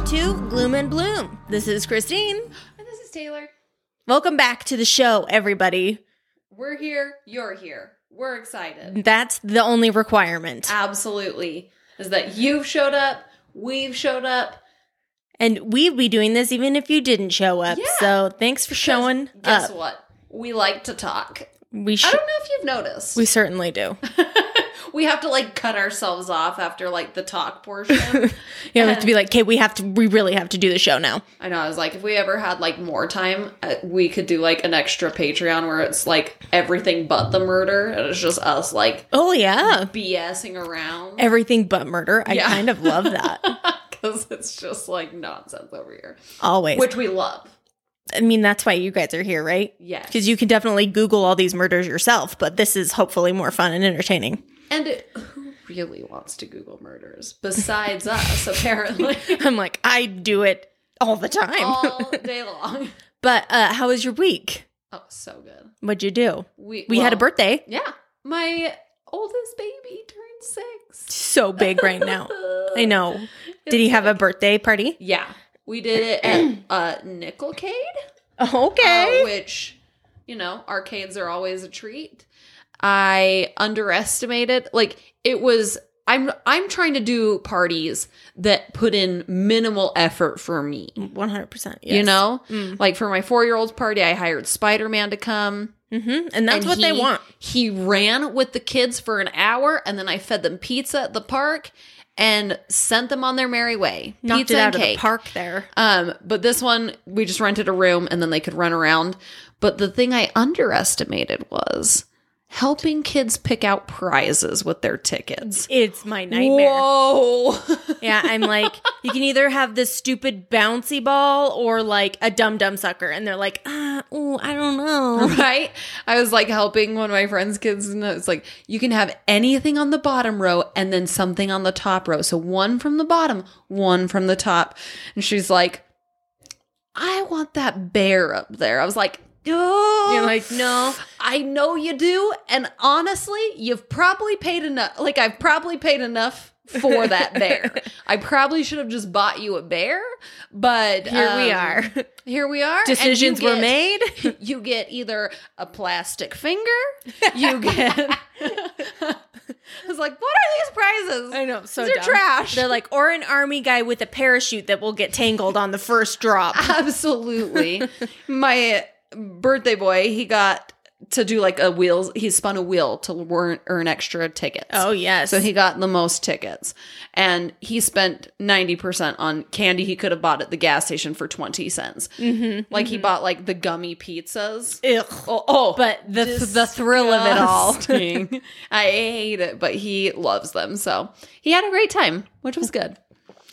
Bloom and Bloom. This is Christine. And this is Taylor. Welcome back to the show, everybody. We're here. You're here. We're excited. That's the only requirement. Absolutely. Is that you've showed up, we've showed up. And we'd be doing this even if you didn't show up. Yeah. So thanks for showing Guess up. what? We like to talk. We I sh- don't know if you've noticed. we certainly do. we have to like cut ourselves off after like the talk portion. You have to be like, okay, we have to. We really have to do the show now. I know. I was like, if we ever had like more time, uh, we could do like an extra Patreon where it's like everything but the murder, and it's just us like Oh yeah, BSing around everything but murder. I Yeah. kind of love that. because it's just like nonsense over here, Always. which we love. I mean, that's why you guys are here, right? Yes, Because you can definitely Google all these murders yourself, but this is hopefully more fun and entertaining. and it, who really wants to Google murders besides us? Apparently, I'm like, I do it all the time. all day long. but uh, how was your week? Oh, so good. What'd you do? We had a well, birthday. Yeah, my oldest baby turned six. So big right now. I know. Did he have a birthday party? Yeah, we did it at uh, Nickelcade, uh, Oh, Okay. which you know arcades are always a treat. I underestimated like it was. I'm I'm trying to do parties that put in minimal effort for me. Um, 100%. You know, Mm. like for my four year old's party, I hired Spider Man to come. hmm And that's and what they he- want. He ran with the kids for an hour, and then I fed them pizza at the park and sent them on their merry way. Knocked pizza it out and of the cake. park there. Um, but this one, we just rented a room and then they could run around. But the thing I underestimated was helping kids pick out prizes with their tickets. It's my nightmare. Whoa. Yeah, I'm like, you can either have this stupid bouncy ball or like a dum dum sucker. And they're like, ah, ooh, I don't know. right? I was like helping one of my friend's kids, and it's like, you can have anything on the bottom row and then something on the top row. So one from the bottom, one from the top. And she's like, I want that bear up there. I was like, oh. You're like, no. I know you do, and honestly, you've probably paid enough. Like I've probably paid enough for that bear. I probably should have just bought you a bear, but Here we um, are. Here we are. and you Decisions were get- made. you get either a plastic finger, you get. I was like, what are these prizes? know. So These are trash. They're like, or an army guy with a parachute that will get tangled on the first drop. Absolutely. My birthday boy, he got to do like a wheels, he spun a wheel to learn, earn extra tickets. Oh, yes. So he got the most tickets. And he spent 90% on candy he could have bought at the gas station for 20 cents. Mm-hmm, like he bought like the gummy pizzas. Ugh. Oh, oh, But the, the thrill of it all. Disgusting. I hate it, but he loves them. So he had a great time, which was good.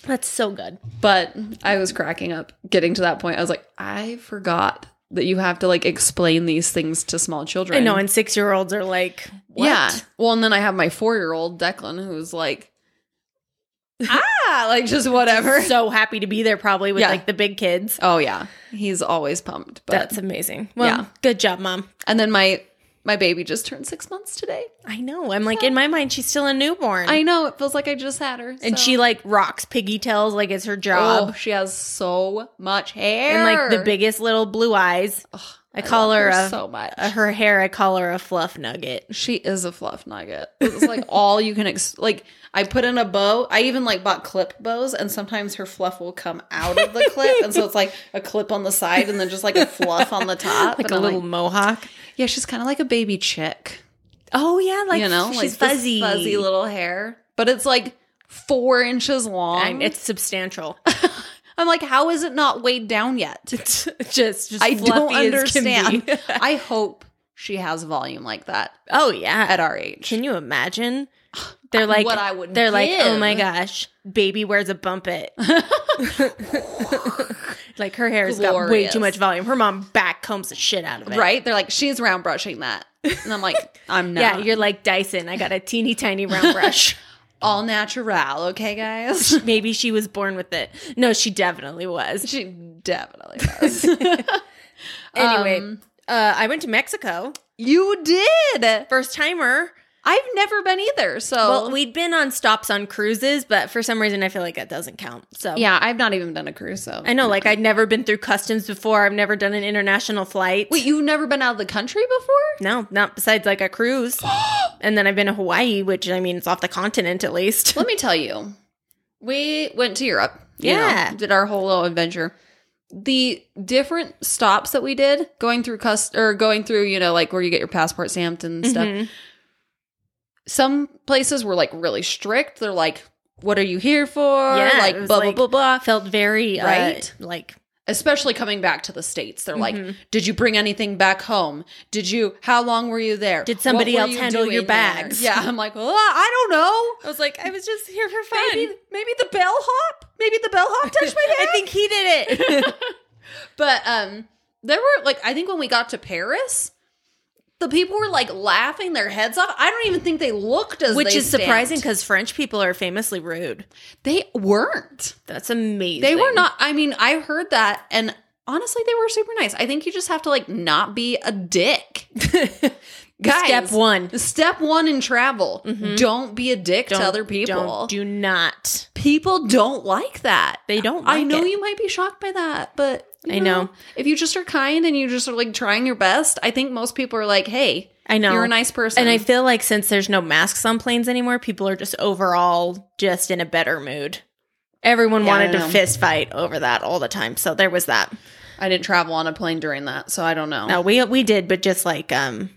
That's so good. But I was cracking up getting to that point. I was like, I forgot that you have to like explain these things to small children. I know. And six year olds are like, what? Yeah. Well, and then I have my four year old Declan who's like, ah, like just whatever. So happy to be there, probably with Yeah. like the big kids. oh yeah, he's always pumped. But That's amazing. Well, Yeah. good job, mom. and then my my baby just turned six months today. I know. I'm like, in my mind, she's still a newborn. I know it feels like I just had her. and so- she like rocks piggy tails like it's her Oh, job. she has so much and hair. like the biggest little blue eyes. I call love her, a, so much. a- her hair, I call her a fluff nugget. she is a fluff nugget. It's like all you can ex- like. I put in a bow. I even like bought clip bows, and sometimes her fluff will come out of the clip, and so it's like a clip on the side, and then just like a fluff on the top. Like and a I'm little mohawk. yeah. She's kind of like a baby chick, Oh yeah, like you know, like she's this fuzzy. fuzzy little hair, but it's like four inches long. And it's substantial. I'm like, how is it not weighed down yet? just just I don't fluffy as can be. understand. I hope she has volume like that oh yeah. at our age. Can you imagine? They're like What I would They're like, oh give." my gosh, baby wears a bump it. like her hair's got way Glorious. too much volume. Her mom back combs the shit out of it. right? They're like, she's round brushing that. And I'm like, I'm not. Yeah, you're like Dyson. I got a teeny tiny round brush. all natural, okay, guys? Maybe she was born with it. No, she definitely was. she definitely does. Anyway, Um, uh, I went to Mexico. you did. First timer. I've never been either. So Well, we'd been on stops on cruises, but for some reason I feel like that doesn't count. So yeah, I've not even done a cruise. So I know, like I'd never been through customs before. I've never done an international flight. Wait, you've never been out of the country before? no, not besides like a cruise. and then I've been to Hawaii, which I mean, it's off the continent at least. Let me tell you, we went to Europe. you Yeah. know, did our whole little adventure. The different stops that we did, going through cust or going through, you know, like where you get your passport stamped and stuff. Mhm. Some places were like really strict. They're like, "What are you here for?" Yeah, it like was blah like- blah blah blah. Felt very uh, Right? like Especially coming back to the states, they're Mhm. like, "Did you bring anything back home? Did you? How long were you there? Did somebody What were else you handle your doing there?" bags? Yeah, I'm like, well, I don't I know. was like, I was just here for Maybe, maybe the bellhop. Maybe the bellhop touched my I hand. think he did it. but um, there were like I think when we got to Paris, the people were like laughing their heads off. I don't even think they looked as Which they is surprising stamped. because French people are famously rude. they weren't. That's amazing. They were not. I mean, I heard that and. Honestly, they were super nice. I think you just have to like not be a dick. Guys, Step one. Step one in travel. Don't be a dick Don't- to other people. Don't, do not. people don't like that. They don't I like know it. you might be shocked by that, but you I know. if you just are kind and you just are like trying your best. I think most people are like, "Hey, I know. you're a nice person." And I feel like since there's no masks on planes anymore, people are just overall just in a better mood. Everyone Yeah, I wanted to know. fist fight over that all the time. So there was that. I didn't travel on a plane during that, so I don't know. No, we we did, but just like um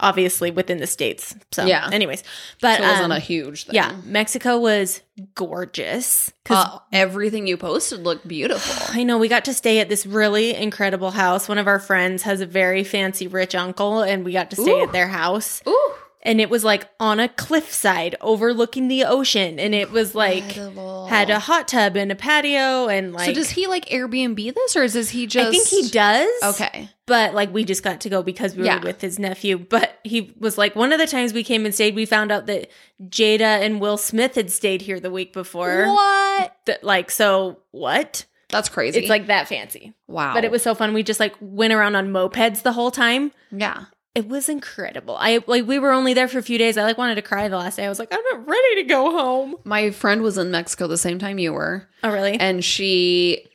obviously within the states. So Yeah. anyways. But So it wasn't um, a huge thing. yeah, Mexico was gorgeous. 'Cause Uh, everything you posted looked beautiful. I know we got to stay at this really incredible house. One of our friends has a very fancy rich uncle, and we got to stay Ooh. at their house. Ooh, And it was like on a cliffside overlooking the ocean. And it was like had a hot tub and a patio. And like, so does he like Airbnb this, or is this he just? I think he does. Okay. But like, we just got to go because we Yeah. were with his nephew. But he was like, one of the times we came and stayed, we found out that Jada and Will Smith had stayed here the week before. What? That, like, so what? That's crazy. It's like that fancy. wow. But it was so fun. We just like went around on mopeds the whole time. yeah. It was incredible. I like we were only there for a few days. I like wanted to cry the last day. I was like, I'm not ready to go home. My friend was in Mexico the same time you were. Oh really? and she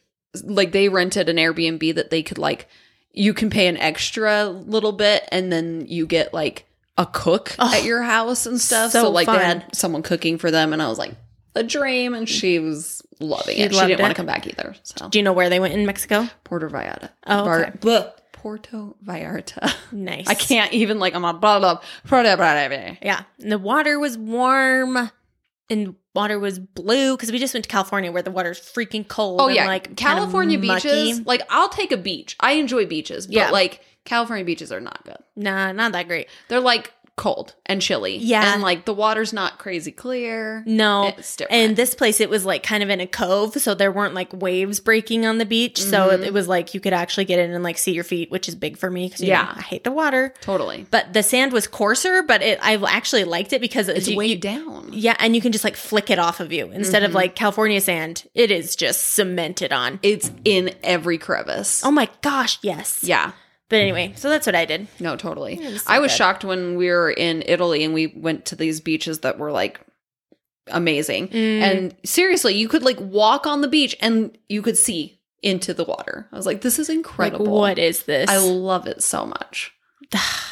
like they rented an Airbnb that they could like you can pay an extra little bit and then you get like a cook Oh, at your house and stuff. so So, like fun. they had someone cooking for them and I was like a dream and she was loving She it. She loved didn't want it. to come back either. So Do you know where they went in Mexico? Puerto Vallarta. Oh, okay. bleh, Puerto Vallarta. Nice. I can't even like I'm on blah blah blah blah blah. blah. Yeah. And the water was warm and water was blue because we just went to California where the water's freaking cold. Oh and, yeah, like kinda California mucky. beaches. Like I'll take a beach. I enjoy beaches, but Yeah. like California beaches are not good. Nah, not that great. They're like cold and chilly. Yeah. And like the water's not crazy clear. No. It's different. And this place, it was like kind of in a cove, so there weren't like waves breaking on the beach. So it, Mhm. it was like you could actually get in and like see your feet, which is big for me because yeah, Yeah. I hate the water. totally. But the sand was coarser, but it, I actually liked it because It's you- way you- down. yeah, and you can just like flick it off of you instead of like California sand. It is just cemented on. It's in every crevice. Oh my gosh, yes. yeah. But anyway, so that's what I did. No, totally. It was so I was good. shocked when we were in Italy and we went to these beaches that were like amazing. Mm, Mm-hmm. And seriously, you could like walk on the beach and you could see into the water. I was like, this is like, incredible. what is this? I love it so much.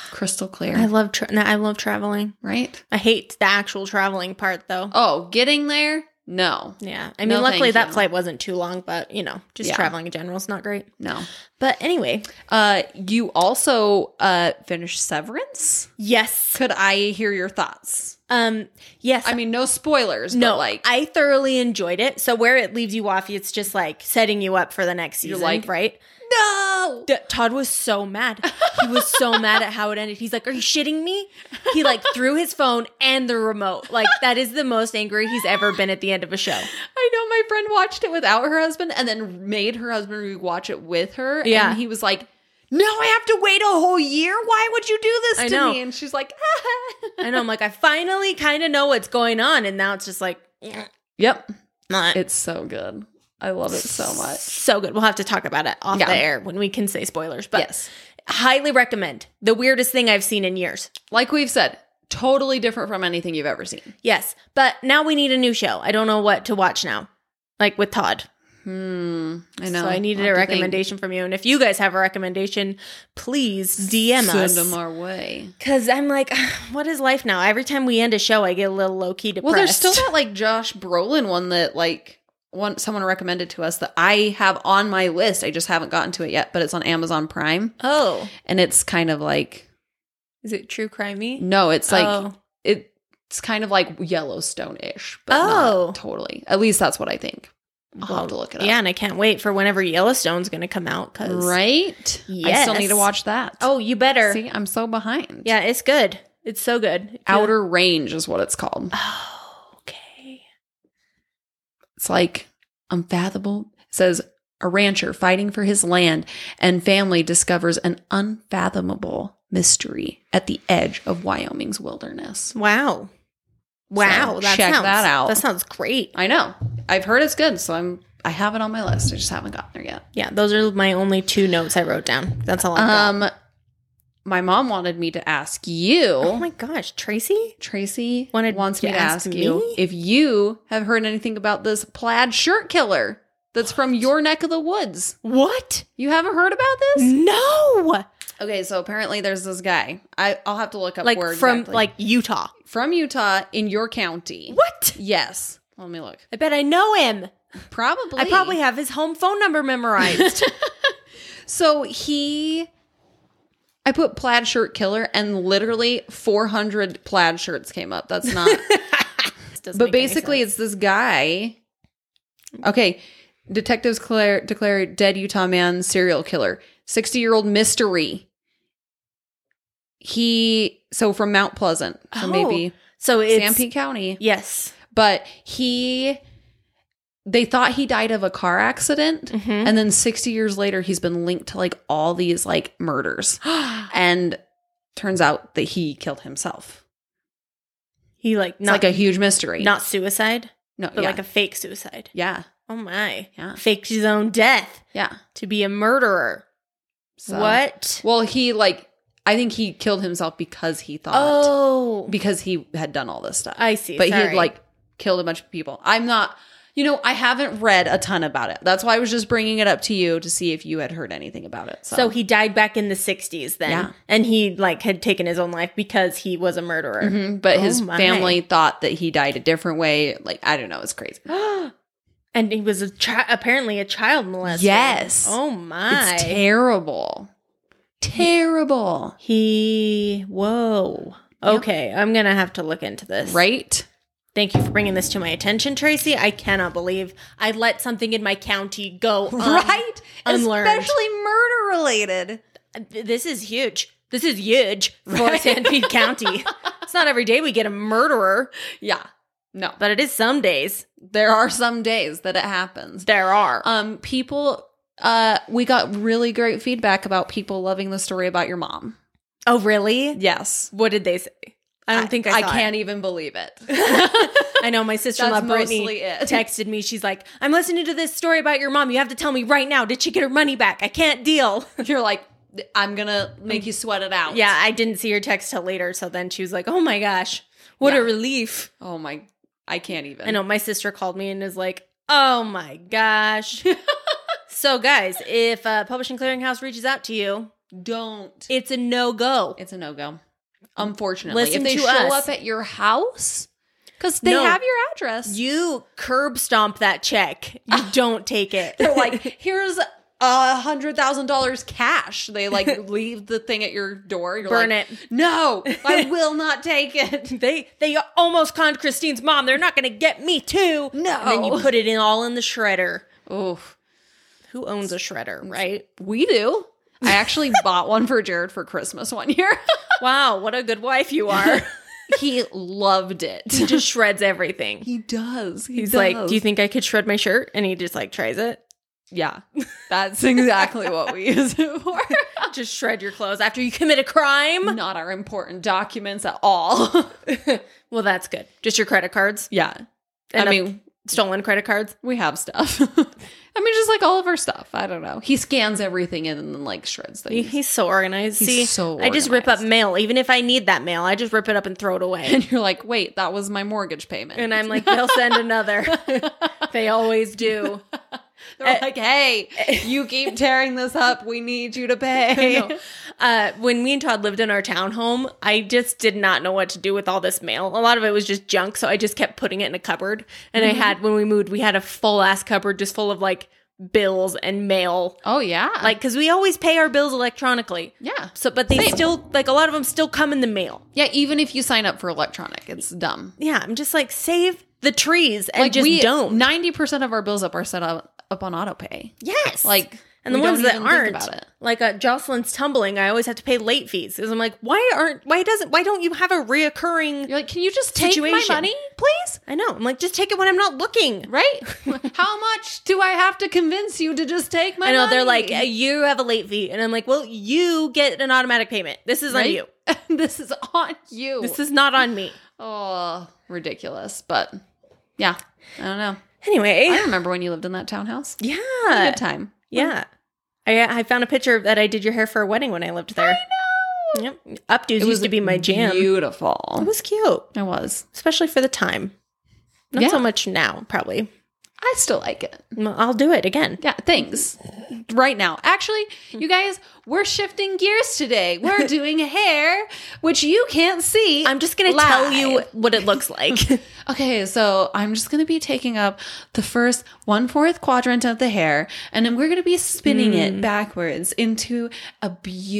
Crystal clear. I love tra- no, I love traveling. right? I hate the actual traveling part though. Oh, getting there? No. Yeah. I mean, No, luckily thank that you. flight wasn't too long, but you know, just Yeah. traveling in general is not great. No. But anyway, Uh, you also uh finished Severance. yes. Could I hear your thoughts? Um, yes. I mean, no spoilers. no, but like I thoroughly enjoyed it. So where it leaves you off, it's just like setting you up for the next You're season, like- right? no. D- Todd was so mad. He was so mad at how it ended. He's like, "Are you shitting me?" He like threw his phone and the remote. Like that is the most angry he's ever been at the end of a show. I know my friend watched it without her husband, and then made her husband rewatch it with her. Yeah. and he was like, "No, I have to wait a whole year. Why would you do this I to know. me?" And she's like, I know. I'm like, I finally kind of know what's going on, and now it's just like, "Yep, not it's so good. I love it so much." so good. We'll have to talk about it off Yeah. the air when we can say spoilers. But yes, highly recommend. The weirdest thing I've seen in years. like we've said, totally different from anything you've ever seen. Yes, but now we need a new show. I don't know what to watch now, like with Todd. Hmm. I know. So I needed I'll a have to think. recommendation from you. And if you guys have a recommendation, please DM Send us. them our way. Because I'm like, what is life now? Every time we end a show, I get a little low key depressed. Well, there's still that like Josh Brolin one that like one someone recommended to us that I have on my list. I just haven't gotten to it yet, but it's on Amazon Prime, Oh, and it's kind of like is it true crimey? no, it's like oh. it, it's kind of like Yellowstone ish, but Oh. not totally. At least that's what I think. I'll Well, have to look it up. yeah, and I can't wait for whenever Yellowstone's going to come out. Because right. I still need Yes. to watch that. oh, you better. see, I'm so behind. Yeah, it's good. It's so good. If you- Outer Range is what it's called. Oh, okay. It's like unfathomable. It says a rancher fighting for his land and family discovers an unfathomable mystery at the edge of Wyoming's wilderness. Wow. Wow. that check sounds, that out. That sounds great. I know. I've heard it's good, so I'm I have it on my list. I just haven't gotten there yet. Yeah, those are my only two notes I wrote down. That's all I got. Um my mom wanted me to ask you. Oh my gosh, Tracy? Tracy Wanted wants you me to to ask, ask you me? if you have heard anything about this plaid shirt killer that's from your neck of the woods. What? You haven't heard about this? No. Okay, so apparently there's this guy. I, I'll have to look up Like where from exactly. like Utah. from Utah in your county. What? Yes. Let me look. I bet I know him. Probably. I probably have his home phone number memorized. So he. I put plaid shirt killer and literally 400 plaid shirts came up. That's not. but basically, it's this guy. Okay. Detectives declare, declare dead Utah man serial killer, 60 year old mystery. He. So from Mount Pleasant. So Oh. maybe so it's San Pete County. yes. but he they thought he died of a car accident Mm-hmm. and then 60 years later he's been linked to like all these like murders and turns out that he killed himself he like it's not like a huge mystery not suicide, no but yeah. like a fake suicide. yeah Oh my. Yeah. Faked his own death yeah to be a murderer. So- What? well he like i think he killed himself because he thought Oh. because he had done all this stuff I see. but he had Sorry. like killed a bunch of people. I'm not, you know, I haven't read a ton about it. That's why I was just bringing it up to you to see if you had heard anything about it. So, So he died back in the 60s then. Yeah. And he like had taken his own life because he was a murderer. Mhm, but Oh his my. family thought that he died a different way. Like I don't know, it's crazy. and he was a chi- apparently a child molester. Yes. Oh my. It's terrible, terrible, he whoa. Yep. Okay, I'm going to have to look into this. right? Thank you for bringing this to my attention, Tracy. I cannot believe I let something in my county go. un- right, Um, unlearned. especially murder related. This is huge. This is huge for Right. San Pete County. It's not every day we get a murderer, Yeah, no, but it is some days. there are some days that it happens. There are. um people uh we got really great feedback about people loving the story about your mom oh, really? yes What did they say? I don't think I, i saw it. can't even believe it I know my sister in law That's mostly Brittany it. texted me. She's like, "I'm listening to this story about your mom. You have to tell me right now. Did she get her money back? I can't deal." you're like i'm gonna make you sweat it out Yeah, I didn't see her text till later. So then she was like, "Oh my gosh, what Yeah. a relief!" oh my i can't even I know my sister called me and is like, "Oh my gosh." so guys, if uh, Publishing Clearinghouse reaches out to you, don't it's a no go. it's a no-go unfortunately Listen if they to show us. up at your house because they No. have your address You curb stomp that check. You don't take it. they're like here's a hundred thousand dollars cash they like leave the thing at your door you're Burn like, it. no i will not take it They they almost conned Christine's mom. They're not going to get me too. No. And then you put it in all in the shredder. Oof. Who owns a shredder, right? We do. I actually bought one for Jared for Christmas one year. Wow, what a good wife you are. he loved he it. just shreds everything. He does. He He's like, "Do you think I could shred my shirt?" And he just like tries it. Yeah. That's exactly what we use it for. just shred your clothes after you commit a crime. Not our important documents at all. Well, that's good. Just your credit cards. yeah. And I a- mean, stolen credit cards. We have stuff. I mean, just like all of our stuff. I don't know. He scans everything in and then like shreds He- things. He's so organized. He's See, so I just rip up organized. mail, even if I need that mail. I just rip it up and throw it away. and you're like, wait, that was my mortgage payment. And I'm like, they'll send another. they always do. they're like, hey, you keep tearing this up. We need you to pay. No. Uh, when me and Todd lived in our townhome, I just did not know what to do with all this mail. A lot of it was just junk, so I just kept putting it in a cupboard. And Mm-hmm. I had when we moved, we had a full ass cupboard just full of like bills and mail, Oh yeah, like because we always pay our bills electronically. yeah, So, but they Same. still like a lot of them still come in the mail. yeah. Even if you sign up for electronic, it's dumb. Yeah, I'm just like save the trees and Like just we don't. Ninety percent of our bills up are set up up on auto pay. yes, Like and the we don't ones that even think aren't like uh, Jocelyn's tumbling. I always have to pay late fees because I'm like, why aren't why doesn't why don't you have a reoccurring You're like, can you just take Situation. my money, please? I know. I'm like, just take it when I'm not looking. Right? How much do I have to convince you to just take my? I know they're like, money? uh, you have a late fee, and I'm like, well, you get an automatic payment. This is on Right? you. this is on you. This is not on me. oh ridiculous, but yeah, I don't know. Anyway, I remember when you lived in that townhouse. Had a yeah, Good time. yeah. I I found a picture that I did your hair for a wedding when I lived there. I know. Yep. Updos used to be my jam. It Beautiful. was cute, It was. especially for the time. Not Yeah. so much now, probably. I still like it. Well, I'll do it again. Yeah, thanks. Right now. Actually, you guys, we're shifting gears today. We're doing hair, which you can't see. I'm just gonna tell you live. what it looks like. Okay, so I'm just going to be taking up the first one fourth quadrant of the hair, and then we're going to be spinning it backwards into a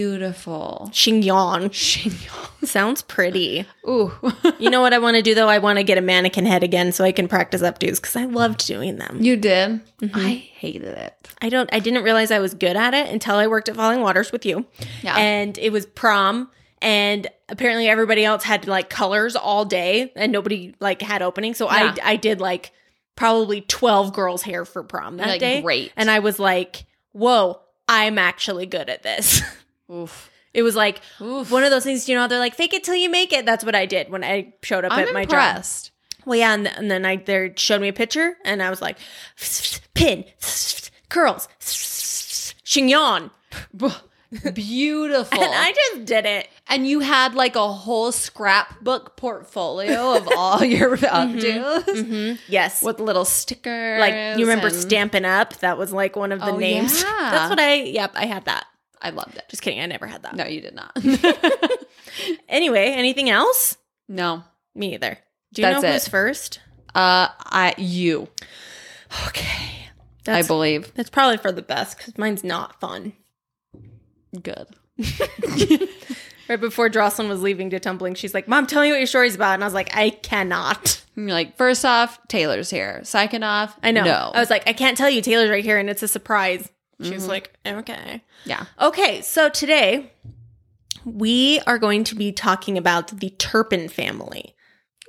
beautiful Chignon chignon. sounds pretty. Ooh. You know what I want to do though? I want to get a mannequin head again so I can practice updos because I loved doing them. you did? Mm-hmm. I hated it. I don't. I didn't realize I was good at it until I worked at Falling Waters with you. Yeah. and it was prom, and apparently everybody else had like colors all day, and nobody like had opening. So Yeah. I I did like probably twelve girls' hair for prom that Like, day. great. and I was like, whoa, I'm actually good at this. Oof. it was like Oof. one of those things, you know, they're like fake it till you make it. That's what I did when I showed up I'm at my job. impressed. Well, yeah, and, and then I they showed me a picture, and I was like, pin, curls, chignon, Beautiful. and I just did it. And you had like a whole scrapbook portfolio of all your Mm-hmm. updos Yes, with little stickers. Mm-hmm. like you remember and- Stampin' Up? That was like one of the Oh, names. yeah. That's what I. Yep, I had that. I loved it. Just kidding, I never had that. No, you did not. Anyway, anything else? no. Me either. Do you That's know it. who's first? Uh I you, Okay, that's I believe. that's probably for the best because mine's not fun. Good. Right before Jocelyn was leaving to tumbling, she's like, "Mom, tell me what your story's about," and I was like, "I cannot." And you're like, first off, Taylor's here. Second off, I know. No. Mm-hmm. I was like, I can't tell you. Taylor's right here, and it's a surprise. She was like, okay. yeah. Okay, so today we are going to be talking about the Turpin family.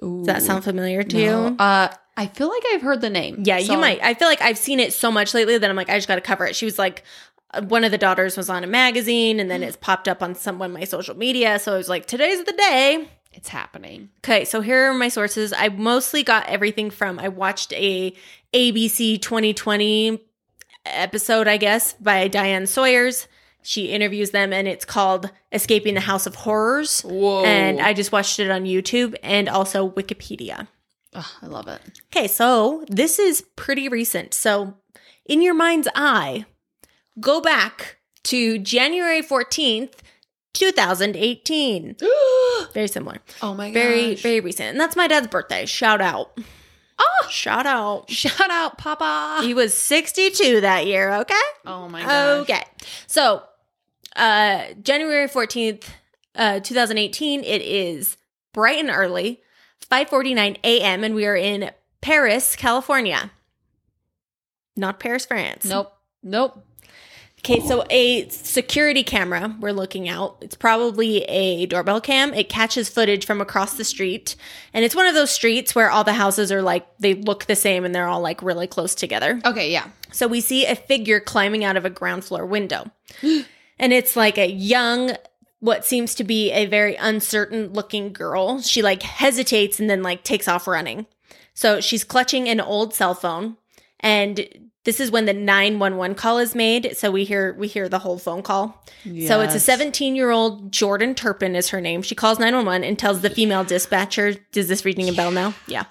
Does that sound familiar to you? Uh I feel like I've heard the name. Yeah, so- you might. I feel like I've seen it so much lately that I'm like, I just got to cover it. She was like, uh, one of the daughters was on a magazine, and Mm. then it's popped up on some on my social media. So I was like, today's the day. It's happening. Okay, so here are my sources. I mostly got everything from I watched a ABC 2020 episode, I guess, by Diane Sawyer's. She interviews them and it's called Escaping the House of Horrors. Whoa. And I just watched it on YouTube and also Wikipedia. Ugh, I love it. Okay, so this is pretty recent. So, in your mind's eye, go back to January 14th, 2018. Very similar oh my god. very very recent and that's my dad's birthday shout out oh shout out shout out, Papa. he was 62 that year okay Oh my gosh. okay so uh january 14th uh 2018 it is bright and early 5:49 a.m. and we are in Paris, California. Not Paris, France. Nope. Nope. Okay, so a security camera we're looking out. It's probably a doorbell cam. It catches footage from across the street. And it's one of those streets where all the houses are like, they look the same and they're all like really close together. Okay, yeah. So we see a figure climbing out of a ground floor window. and it's like a young, what seems to be a very uncertain looking girl. She like hesitates and then like takes off running. So she's clutching an old cell phone and this is when the 911 call is made so we hear we hear the whole phone call so it's a Yes. 17 year old jordan turpin is her name she calls 911 and tells the female dispatcher does this ringing a bell now yeah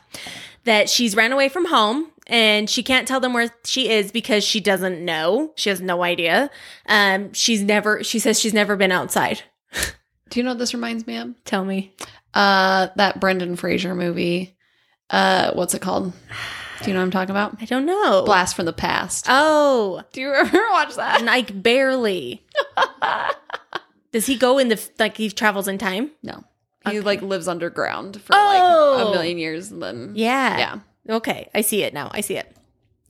that she's ran away from home and she can't tell them where she is because she doesn't know she has no idea um, she's never she says she's never been outside Do you know what this reminds me of? tell me Uh, that Brendan Fraser movie. Uh, what's it called? Do you know what I'm talking about? i don't know Blast from the Past. oh Do you ever watch that? like barely does he go in the like he travels in time No. Okay. He like lives underground for like Oh. a million years and then Yeah. Yeah. Okay. I see it now. I see it.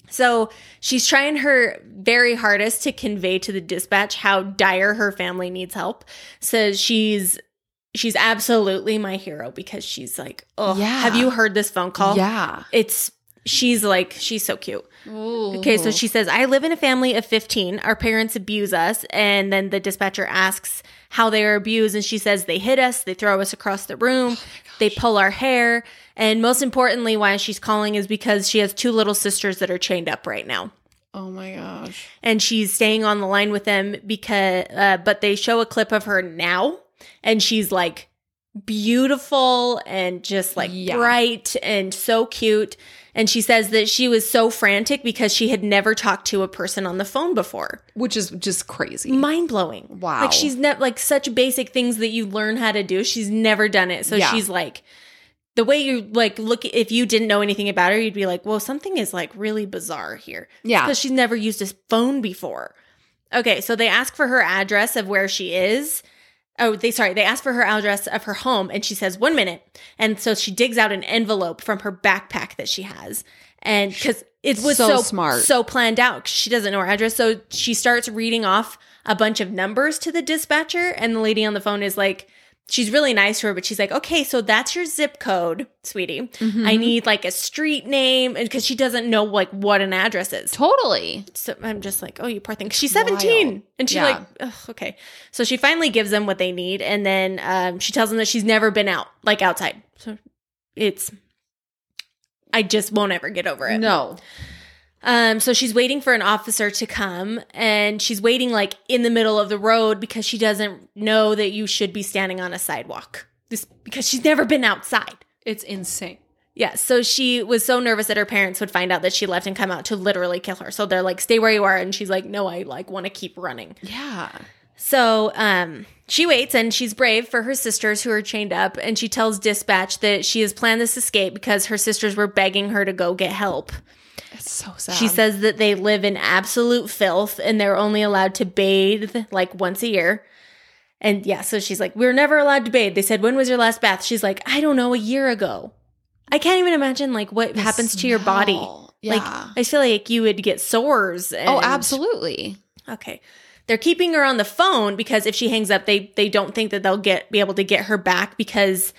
So she's trying her very hardest to convey to the dispatch how dire her family needs help. So she's she's absolutely my hero because she's like, oh, Yeah. have you heard this phone call? Yeah. It's she's like she's so cute. Okay, so she says, I live in a family of 15. Our parents abuse us. And then the dispatcher asks how they are abused. And she says, they hit us, they throw us across the room, they pull our hair. And most importantly, why she's calling is because she has two little sisters that are chained up right now. Oh my gosh. And she's staying on the line with them because, uh, but they show a clip of her now. And she's like beautiful and just like Yeah. bright and so cute. And she says that she was so frantic because she had never talked to a person on the phone before. Which is just crazy. Mind blowing. Wow. Like she's never like such basic things that you learn how to do. She's never done it. So Yeah. she's like the way you like look if you didn't know anything about her, you'd be like, Well, something is like really bizarre here. yeah. Because she's never used a phone before. Okay, so they ask for her address of where she is. Oh, they sorry, they ask for her address of her home, and she says one minute. And so she digs out an envelope from her backpack that she has, and because it was so, So smart. so planned out. 'cause She doesn't know her address, so she starts reading off a bunch of numbers to the dispatcher, and the lady on the phone is like. She's really nice to her, but she's like, okay, so that's your zip code, sweetie. Mm-hmm. I need like a street name, and because she doesn't know like what an address is Totally. so I'm just like, oh, you poor thing. 'Cause She's 17. Wild. And she's Yeah. like, Ugh, okay. So she finally gives them what they need. And then um, she tells them that she's never been out, like outside. So it's, I just won't ever get over it. No. Um, so she's waiting for an officer to come and she's waiting like in the middle of the road because she doesn't know that you should be standing on a sidewalk this, because she's never been outside. It's insane. Yeah, so she was so nervous that her parents would find out that she left and come out to literally kill her. So they're like, "Stay where you are," and she's like, "No, I like want to keep running." Yeah. So, um, she waits and she's brave for her sisters who are chained up, and she tells dispatch that she has planned this escape because her sisters were begging her to go get help. It's so sad. She says that they live in absolute filth and they're only allowed to bathe like once a year. And yeah, so she's like, We're never allowed to bathe. They said, When was your last bath? She's like, I don't know, a year ago. I can't even imagine like what The happens to your body. smell. Yeah. Like I feel like you would get sores. And, oh, absolutely. Okay. They're keeping her on the phone because if she hangs up, they they don't think that they'll get be able to get her back because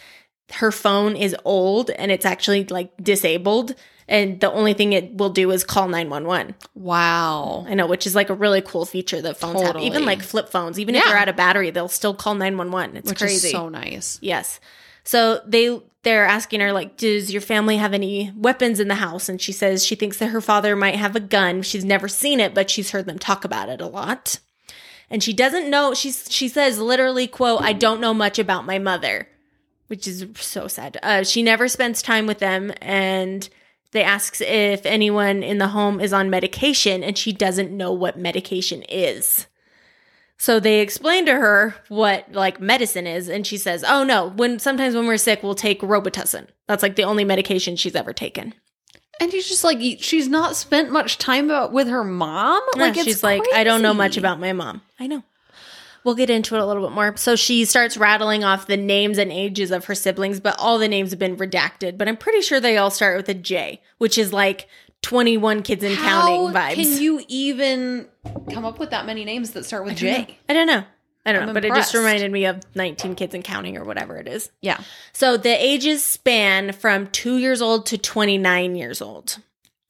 her phone is old and it's actually like disabled. And the only thing it will do is call 911. Wow. I know, which is like a really cool feature that phones have. Totally. Even like flip phones, even if Yeah. they're out of battery, they'll still call 911. It's Which crazy. is so nice. yes. So they they're asking her like, "Does your family have any weapons in the house?" And she says she thinks that her father might have a gun. She's never seen it, but she's heard them talk about it a lot. And she doesn't know. She's she says literally, "quote I don't know much about my mother," which is so sad. Uh, she never spends time with them, and they asks if anyone in the home is on medication, and she doesn't know what medication is. So they explain to her what like medicine is, and she says, "Oh no! When sometimes when we're sick, we'll take Robitussin. That's like the only medication she's ever taken." And she's just like she's not spent much time about- with her mom. Like Yeah, it's she's like, I don't know much crazy. about my mom. I know. We'll get into it a little bit more. So she starts rattling off the names and ages of her siblings, but all the names have been redacted. But I'm pretty sure they all start with a J, which is like 21 kids and counting How vibes. Can you even come up with that many names that start with J? I don't know. I don't I'm know, but it just impressed. reminded me of 19 kids and counting or whatever it is. Yeah. So the ages span from two years old to 29 years old.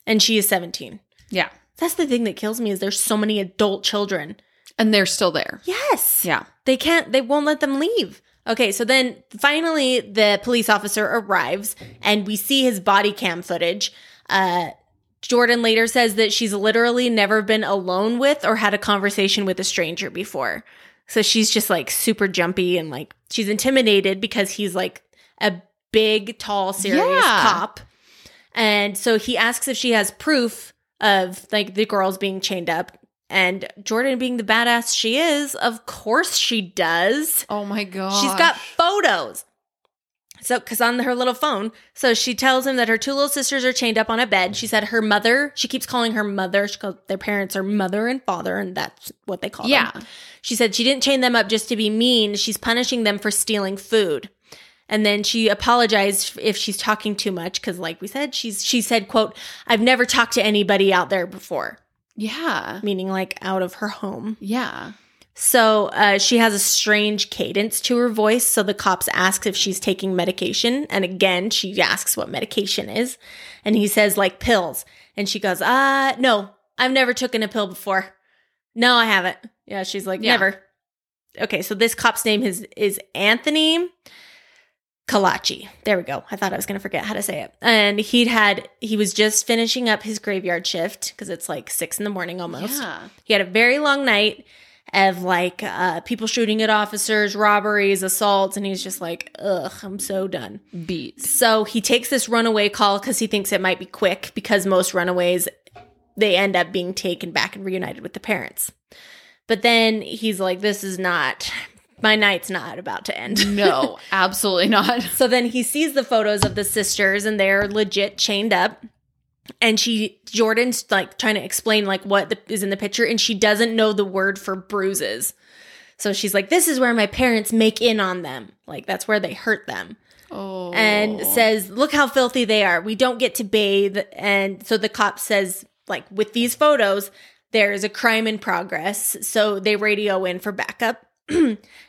And she is 17. Yeah. That's the thing that kills me is there's so many adult children. And they're still there. Yes. Yeah. They can't, they won't let them leave. Okay, so then finally the police officer arrives and we see his body cam footage. Uh, Jordan later says that she's literally never been alone with or had a conversation with a stranger before. So she's just like super jumpy and like she's intimidated because he's like a big, tall, serious Yeah. cop. And so he asks if she has proof of like the girls being chained up. And Jordan, being the badass she is, of course she does. Oh my god. She's got photos. So, because on her little phone, so she tells him that her two little sisters are chained up on a bed. She said her mother, she keeps calling her mother, she calls, their parents are mother and father, and that's what they call Yeah. them. She said she didn't chain them up just to be mean. She's punishing them for stealing food. And then she apologized if she's talking too much because, like we said, she's she said, "quote I've never talked to anybody out there before," Yeah. meaning like out of her home. Yeah. So uh, she has a strange cadence to her voice. So the cops ask if she's taking medication. And again, she asks what medication is. And he says, like pills. And she goes, uh, no, I've never taken a pill before. No, I haven't. Yeah, she's like, Yeah. never. Okay, so this cop's name is, is Anthony Kalachi. There we go. I thought I was going to forget how to say it. And he'd had, he was just finishing up his graveyard shift because it's like six in the morning almost. Yeah. He had a very long night of like uh, people shooting at officers, robberies, assaults, and he's just like, ugh, I'm so done. Beat. So he takes this runaway call because he thinks it might be quick because most runaways, they end up being taken back and reunited with the parents. But then he's like, this is not, my night's not about to end. No, absolutely not. So then he sees the photos of the sisters and they're legit chained up. And she, Jordan's like trying to explain like what the, is in the picture and she doesn't know the word for bruises. So she's like, this is where my parents make in on them. Like that's where they hurt them. Oh. And says, look how filthy they are. We don't get to bathe. And so the cop says, like with these photos, there is a crime in progress. So they radio in for backup.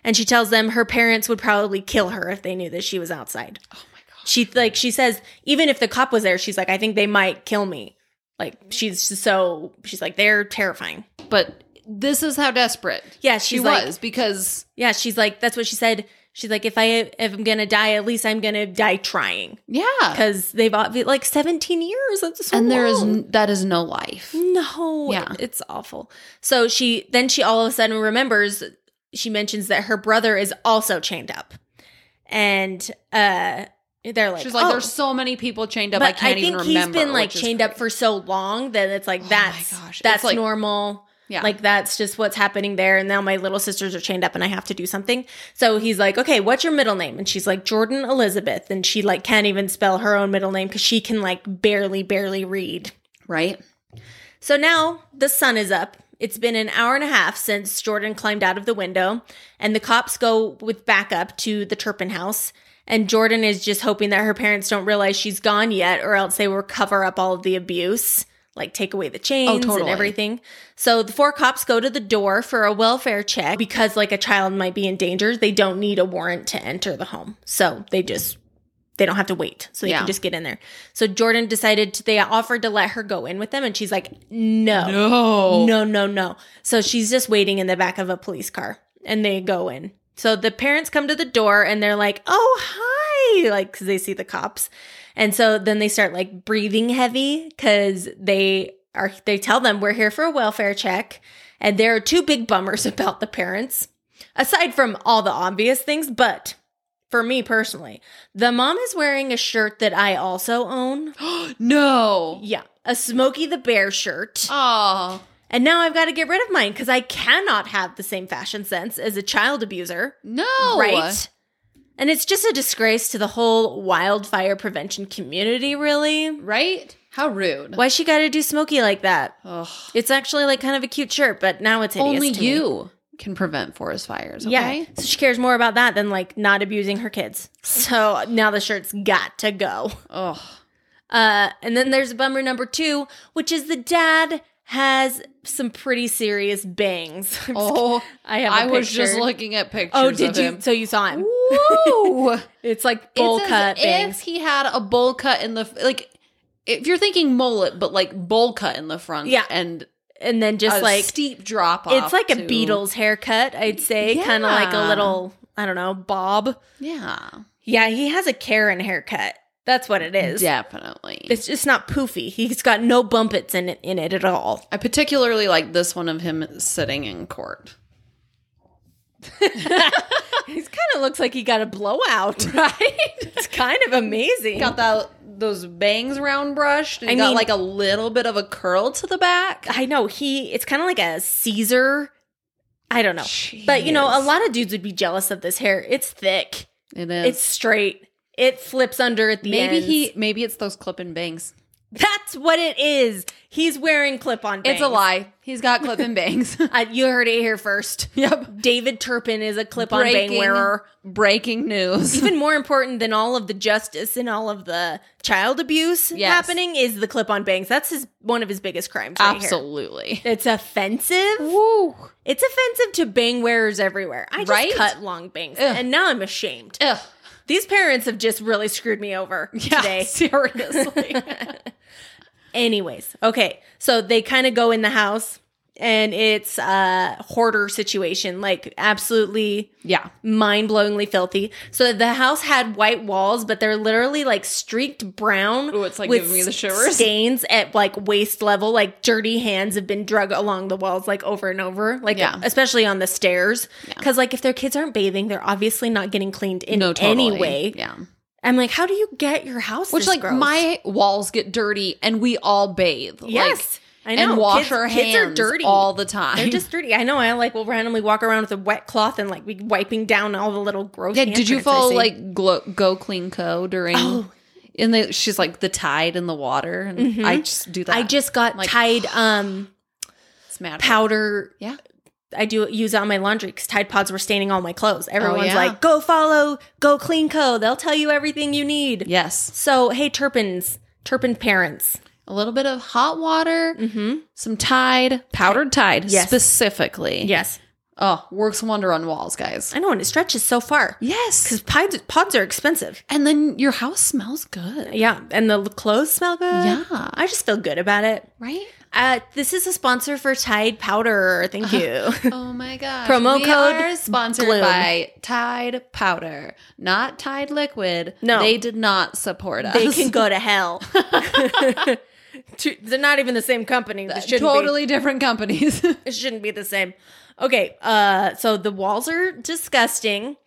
and she tells them her parents would probably kill her if they knew that she was outside Oh my god. she like she says even if the cop was there she's like i think they might kill me like she's just so she's like they're terrifying But this is how desperate yeah she she's like was because yeah she's like that's what she said she's like if i if i'm gonna die at least i'm gonna die trying yeah. because they've obvi- like 17 years that's so And there is long. n- that is no life. Mm. No, Yeah. it- it's awful. So she then she all of a sudden remembers she mentions that her brother is also chained up. And uh they're like, She's like, "Oh." there's so many people chained up. I but I, can't think even he's remember. been like which is chained up crazy. Oh for so long that it's like my that's gosh. that's It's like- normal. yeah. Like that's just what's happening there. And now my little sisters are chained up and I have to do something. So he's like, okay, what's your middle name? And she's like, Jordan Elizabeth. And she like can't even spell her own middle name because she can like barely, barely read. right. So now the sun is up. It's been an hour and a half since Jordan climbed out of the window, and the cops go with backup to the Turpin house. And Jordan is just hoping that her parents don't realize she's gone yet, or else they will cover up all of the abuse, like take away the chains and totally. everything. So the four cops go to the door for a welfare check because, like, a child might be in danger. They don't need a warrant to enter the home. So they just they don't have to wait so they Yeah. can just get in there so jordan decided to, they offered to let her go in with them and she's like no No. no no no so she's just waiting in the back of a police car and they go in so the parents come to the door and they're like oh hi like 'cause they see the cops and so then they start like breathing heavy because they are they tell them we're here for a welfare check and there are two big bummers about the parents aside from all the obvious things but for me personally the mom is wearing a shirt that i also own no. yeah a smokey the bear shirt Oh and now i've got to get rid of mine because i cannot have the same fashion sense as a child abuser no. right and it's just a disgrace to the whole wildfire prevention community really Right? How rude. why she got to do Smokey like that? Ugh. It's actually like kind of a cute shirt, but now it's hideous Only to me. you can prevent forest fires. Okay? Yeah, so she cares more about that than like not abusing her kids. So now the shirt's got to go. Ugh. Uh, and then there's bummer number two, which is the dad has some pretty serious bangs. I'm just kidding. Oh. I have. a I was just picture. looking at pictures. Oh, did of you? him. So you saw him? Woo! It's like bowl it's cut as bangs. if he had a bowl cut in the like. If you're thinking mullet, but like bowl cut in the front, Yeah. and and then just a like steep drop off. it's like a to- Beatles haircut, I'd say, kind of like a Yeah. little I don't know, bob. Yeah. Yeah, he has a Karen haircut. That's what it is. Definitely. It's just not poofy. He's got no bumpets in it, in it at all. I particularly like this one of him sitting in court. He kind of looks like he got a blowout, right? it's kind of amazing. Got that those bangs round brushed and I got mean- like a little bit of a curl to the back. I know he. It's kind of like a Caesar. I don't know, but you know, a Jeez. lot of dudes would be jealous of this hair. It's thick. It It's is. straight. It flips under at the maybe ends. he maybe it's those clip and bangs. That's what it is. He's wearing clip-on. Bangs. It's a lie. He's got clip and bangs. Uh, you heard it here first. yep. David Turpin is a clip-on bang wearer. breaking news. Even more important than all of the justice and all of the child abuse Yes. happening is the clip-on bangs. That's his one of his biggest crimes. right here. Absolutely. It's offensive. Woo. It's offensive to bang wearers everywhere. I just Right? cut long bangs, Ugh. and now I'm ashamed. Ugh. These parents have just really screwed me over Yeah, today. seriously. Anyways, okay, so they kind of go in the house, and it's a hoarder situation, like absolutely yeah. mind-blowingly filthy. So the house had white walls, but they're literally like streaked brown. Ooh, it's, like, with giving me the shivers. Stains at like waist level, like dirty hands have been drug along the walls like over and over, like Yeah. especially on the stairs. Because like if their kids aren't bathing, they're obviously not getting cleaned in No, totally. any way. Yeah. I'm like, how do you get your house? Which this like gross? my walls get dirty and we all bathe. yes. I Like, know. and wash kids, our hands kids are dirty all the time. They're just dirty. I know. I like will randomly walk around with a wet cloth and like be wiping down all the little gross. Yeah, did you handprints I follow see. like Glo- Go Clean Co during? Oh. Mm-hmm. And the, she's like the tide in the water, and I just do that. I just got Like- Tide um It's magical. powder. Yeah, I do use it on my laundry because Tide Pods were staining all my clothes. Everyone's Oh, yeah. like, "Go follow, go clean co." They'll tell you everything you need. yes, So hey, Turpins, Turpin parents, a little bit of hot water, some tide, powdered tide, Mm-hmm. Yes. specifically. yes, Oh, works wonder on walls, guys. I know, and it stretches so far Yes, because pods, pods are expensive. and then your house smells good. Yeah, and the clothes smell good. Yeah, I just feel good about it. right. Uh, this is a sponsor for Tide Powder. Thank you. Oh my god! Promo we code are sponsored gloom. by Tide Powder, not Tide Liquid. No. they did not support us. they can go to hell. Two- They're not even the same company. They shouldn't be. totally different companies. It shouldn't be the same. Okay, uh, so the walls are disgusting.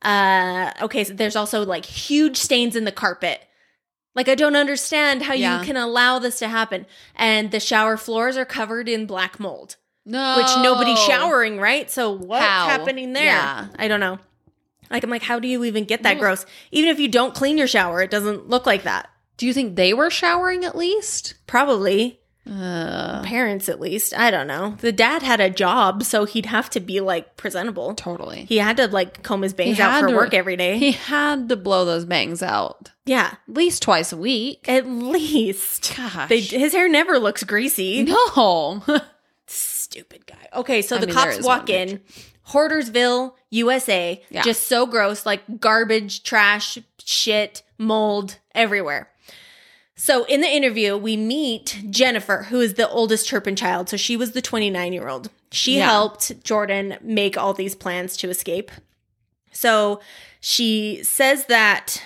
Uh, okay, so there's also like huge stains in the carpet. Like I don't understand how Yeah. you can allow this to happen. And the shower floors are covered in black mold, no, which nobody's showering, right? So what's Oh. How? happening there? Yeah. I don't know. Like I'm like, how do you even get that gross? Even if you don't clean your shower, it doesn't look like that. Do you think they were showering at least? Probably. Uh, parents at least i don't know the dad had a job so he'd have to be like presentable totally. he had to like comb his bangs He out had for to- work every day He had to blow those bangs out yeah at least twice a week. at least Gosh, they, his hair never looks greasy no. stupid guy okay so I the mean, there cops is walk one in hoardersville usa Yeah. just so gross like garbage trash shit mold everywhere so in the interview we meet jennifer who is the oldest turpin child so she was the 29 year old she Yeah. helped jordan make all these plans to escape so she says that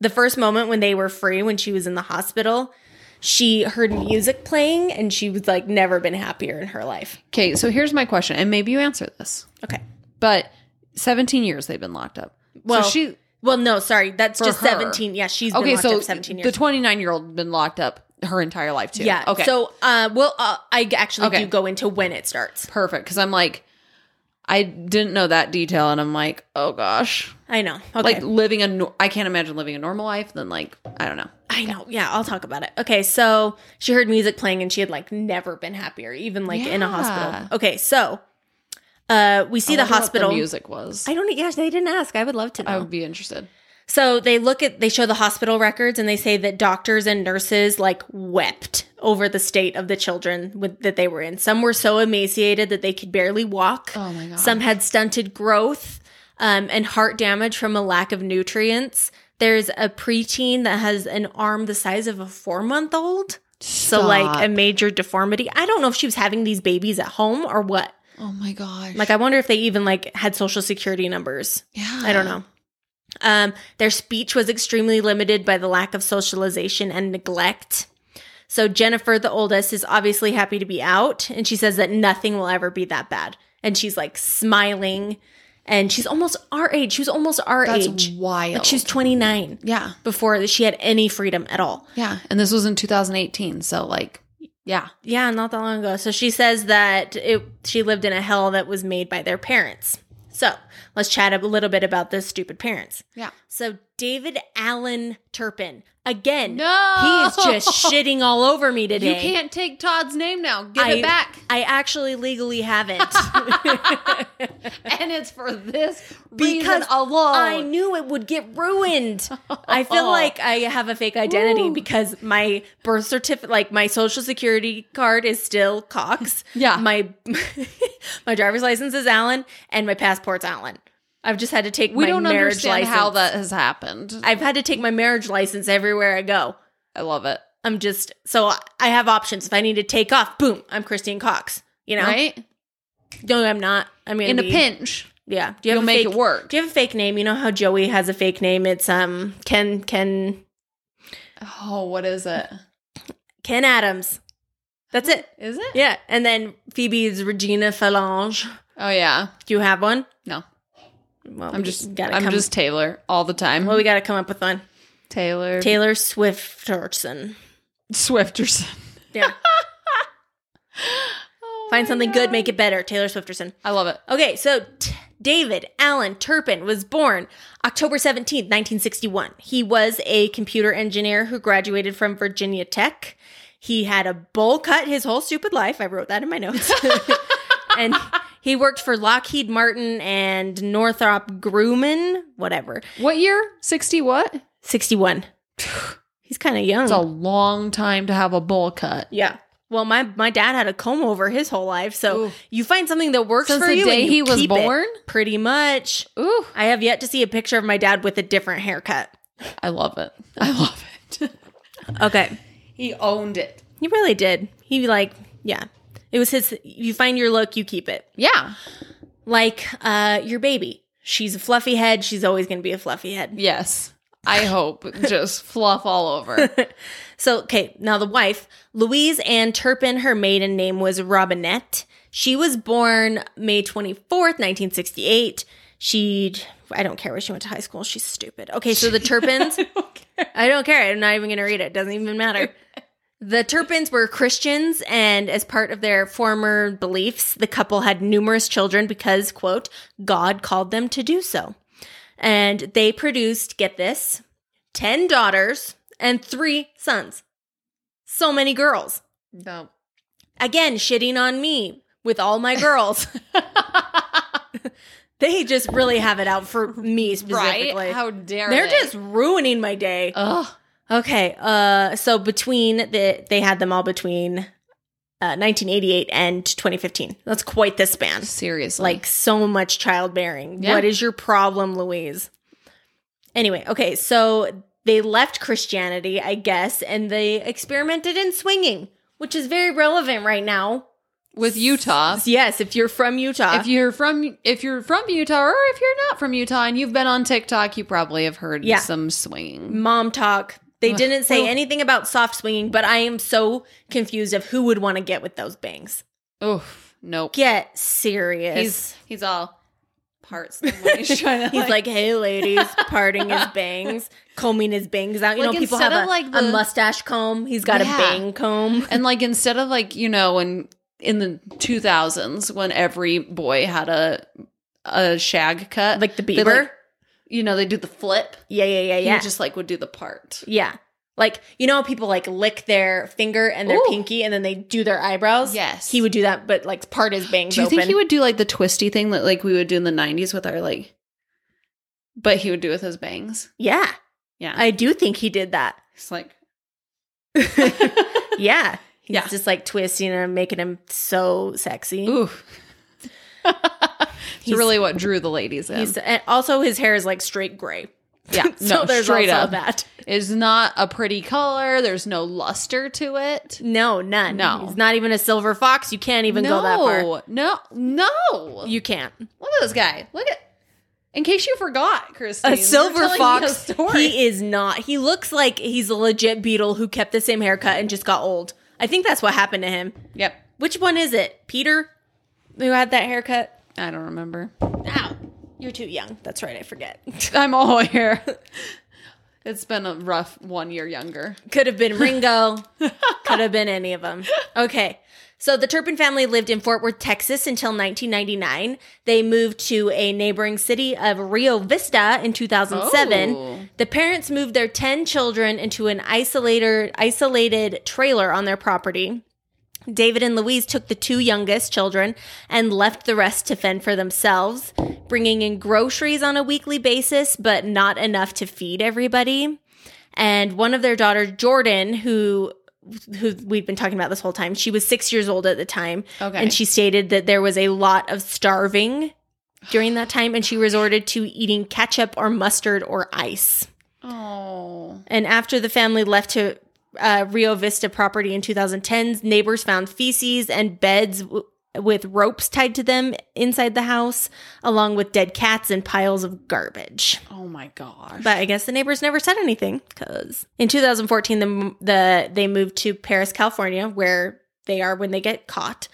the first moment when they were free when she was in the hospital she heard music playing and she was like never been happier in her life okay, so here's my question, and maybe you answer this. okay But 17 years they've been locked up. Well, so she well no sorry that's For just her. 17 yeah she's been okay. locked So up 17 the years 29 year old been locked up her entire life too. yeah Okay. so uh well uh, i actually Okay. do go into when it starts perfect because I'm like, I didn't know that detail, and I'm like, oh gosh, i know okay like living a. No- I can't imagine living a normal life. Then like, I don't know. i know yeah i'll talk about it okay so she heard music playing and she had like never been happier even like in a Yeah. hospital okay so uh we see I the wonder what hospital music was. i don't e, yeah they didn't ask i would love to know I would be interested. So they look at they show the hospital records and they say that doctors and nurses like wept over the state of the children with, that they were in. Some were so emaciated that they could barely walk. Oh my God. Some had stunted growth um, and heart damage from a lack of nutrients. There's a preteen that has an arm the size of a four month old. So like a major deformity. I don't know if she was having these babies at home or what. Oh my gosh. Like I wonder if they even like had social security numbers. yeah. I don't know. Um, their speech was extremely limited by the lack of socialization and neglect. So Jennifer, the oldest, is obviously happy to be out, and she says that nothing will ever be that bad. And she's like smiling, and she's almost our age. She was almost our That's age. wild. Like she was 29 yeah. before she had any freedom at all. Yeah. And this was in 2018. So, like, yeah. Yeah, not that long ago. So she says that it she lived in a hell that was made by their parents. So let's chat a little bit about those stupid parents. Yeah. So David Allen Turpin again. he No. is just shitting all over me today. You can't take Todd's name now. Give I- it back. I actually legally haven't And it's for this because reason alone. I knew it would get ruined. I feel like I have a fake identity Ooh. because my birth certificate, like my social security card, is still Cox. Yeah. my my driver's license is Allen, and my passport's Allen. I've just had to take we my don't marriage understand license. how that has happened. I, I've had to take my marriage license everywhere I go. love it. I'm just so I have options. If I need to take off, boom, I'm Christine Cox. You know, Right? no, I'm not. I mean, In a pinch, Yeah, do you you'll have a make fake- it work. Do you have a fake name? You know how Joey has a fake name. It's um Ken Ken Oh, what is it? Ken Adams. That's it. Is it? Yeah, and then Phoebe's Regina Phalange. Oh, yeah. Do you have one? No. Well, I'm we just, gotta I'm come, just Taylor all the time. Well, we got to come up with one. Taylor. Taylor Swifterson. Swifterson. Yeah, Oh find my something good, God. make it better. Taylor Swifterson. I love it. Okay, so t- David Allen Turpin was born October 17th, 1961. He was a computer engineer who graduated from Virginia Tech. He had a bowl cut his whole stupid life. I wrote that in my notes. and he worked for Lockheed Martin and Northrop Grumman, whatever. What year? 60 what? 61. He's kind of young. It's a long time to have a bowl cut. yeah. Well, my, my dad had a comb over his whole life, so Ooh. you find something that works Since for the you. day and you he was keep it. born? pretty much. Ooh, I have yet to see a picture of my dad with a different haircut. I love it. I love it. Okay. he owned it. He really did. He like, yeah. It was his you find your look, you keep it. Yeah. Like uh your baby. She's a fluffy head, she's always going to be a fluffy head. Yes. I hope just fluff all over. So, okay, now the wife, Louise Ann Turpin, her maiden name was Robinette. She was born May 24th, 1968. She I don't care where she went to high school. She's stupid. Okay, so the Turpins I don't care. I'm not even going to read it. Doesn't even matter. The Turpins were Christians, and as part of their former beliefs, the couple had numerous children because, quote, God called them to do so. And they produced, get this, 10 daughters and three sons. So many girls. No. Again, shitting on me with all my girls. they just really have it out for me specifically. Right? How dare They're they? just ruining my day. Ugh. Okay. Uh, so between the they had them all between uh, 1988 and 2015. That's quite the span. Seriously. Like so much childbearing. Yeah. What is your problem, Louise? Anyway, okay. So they left Christianity, I guess, and they experimented in swinging, which is very relevant right now. with Utah. Yes, if you're from Utah, If you're from if you're from Utah or if you're not from Utah and you've been on TikTok, you probably have heard Yeah. some swinging. mom talk. They Ugh. didn't say Ugh. anything about soft swinging, but I am so confused of who would want to get with those bangs. Oh, nope. Get serious. He's he's all parts. He's trying to He's like, hey, ladies, parting his bangs, combing his bangs out. You Like, know, people instead have a, of, like, the- a mustache comb. He's got a Yeah. bang comb. and like instead of like you know when in the 2000s when every boy had a a shag cut Like the they, Bieber. like, you know they do the flip yeah, yeah, yeah, yeah. you just like would do the part yeah. Like, you know, how people like lick their finger and their Ooh. pinky and then they do their eyebrows. Yes. He would do that, but like part his bangs do you open. think he would do like the twisty thing that like we would do in the 90s with our like but he would do with his bangs yeah. Yeah. I do think he did that. it's like Yeah. He's Yeah. just like twisting and making him so sexy. ooh it's He's- really what drew the ladies in eh, He's, and also, his hair is like straight gray. yeah so no there's straight also up that. It's not a pretty color. There's no luster to it. No, none. No. It's not even a silver fox. You can't even go that far. No, no. You can't. Look at this guy. Look at. In case you forgot, Christine, A you were silver telling me a fox. story. He is not. He looks like he's a legit beetle who kept the same haircut and just got old. I think that's what happened to him. yep. Which one is it? Peter? Who had that haircut? I don't remember. Ow. You're too young. That's right, I forget. I'm all here. It's been a rough one year younger. Could have been Ringo. Could have been any of them. Okay. So the Turpin family lived in Fort Worth, Texas until 1999. They moved to a neighboring city of Rio Vista in 2007. Oh. The parents moved their 10 children into an isolator, isolated trailer on their property. David and Louise took the two youngest children and left the rest to fend for themselves, bringing in groceries on a weekly basis, but not enough to feed everybody. And one of their daughters, Jordan, who who we've been talking about this whole time, she was six years old at the time, Okay. and she stated that there was a lot of starving during that time, and she resorted to eating ketchup or mustard or ice. Oh. And after the family left to uh, Rio Vista property in 2010, neighbors found feces and beds w- with ropes tied to them inside the house, along with dead cats and piles of garbage. Oh my gosh. But I guess the neighbors never said anything because in 2014, the, the they moved to Paris, California, where they are when they get caught.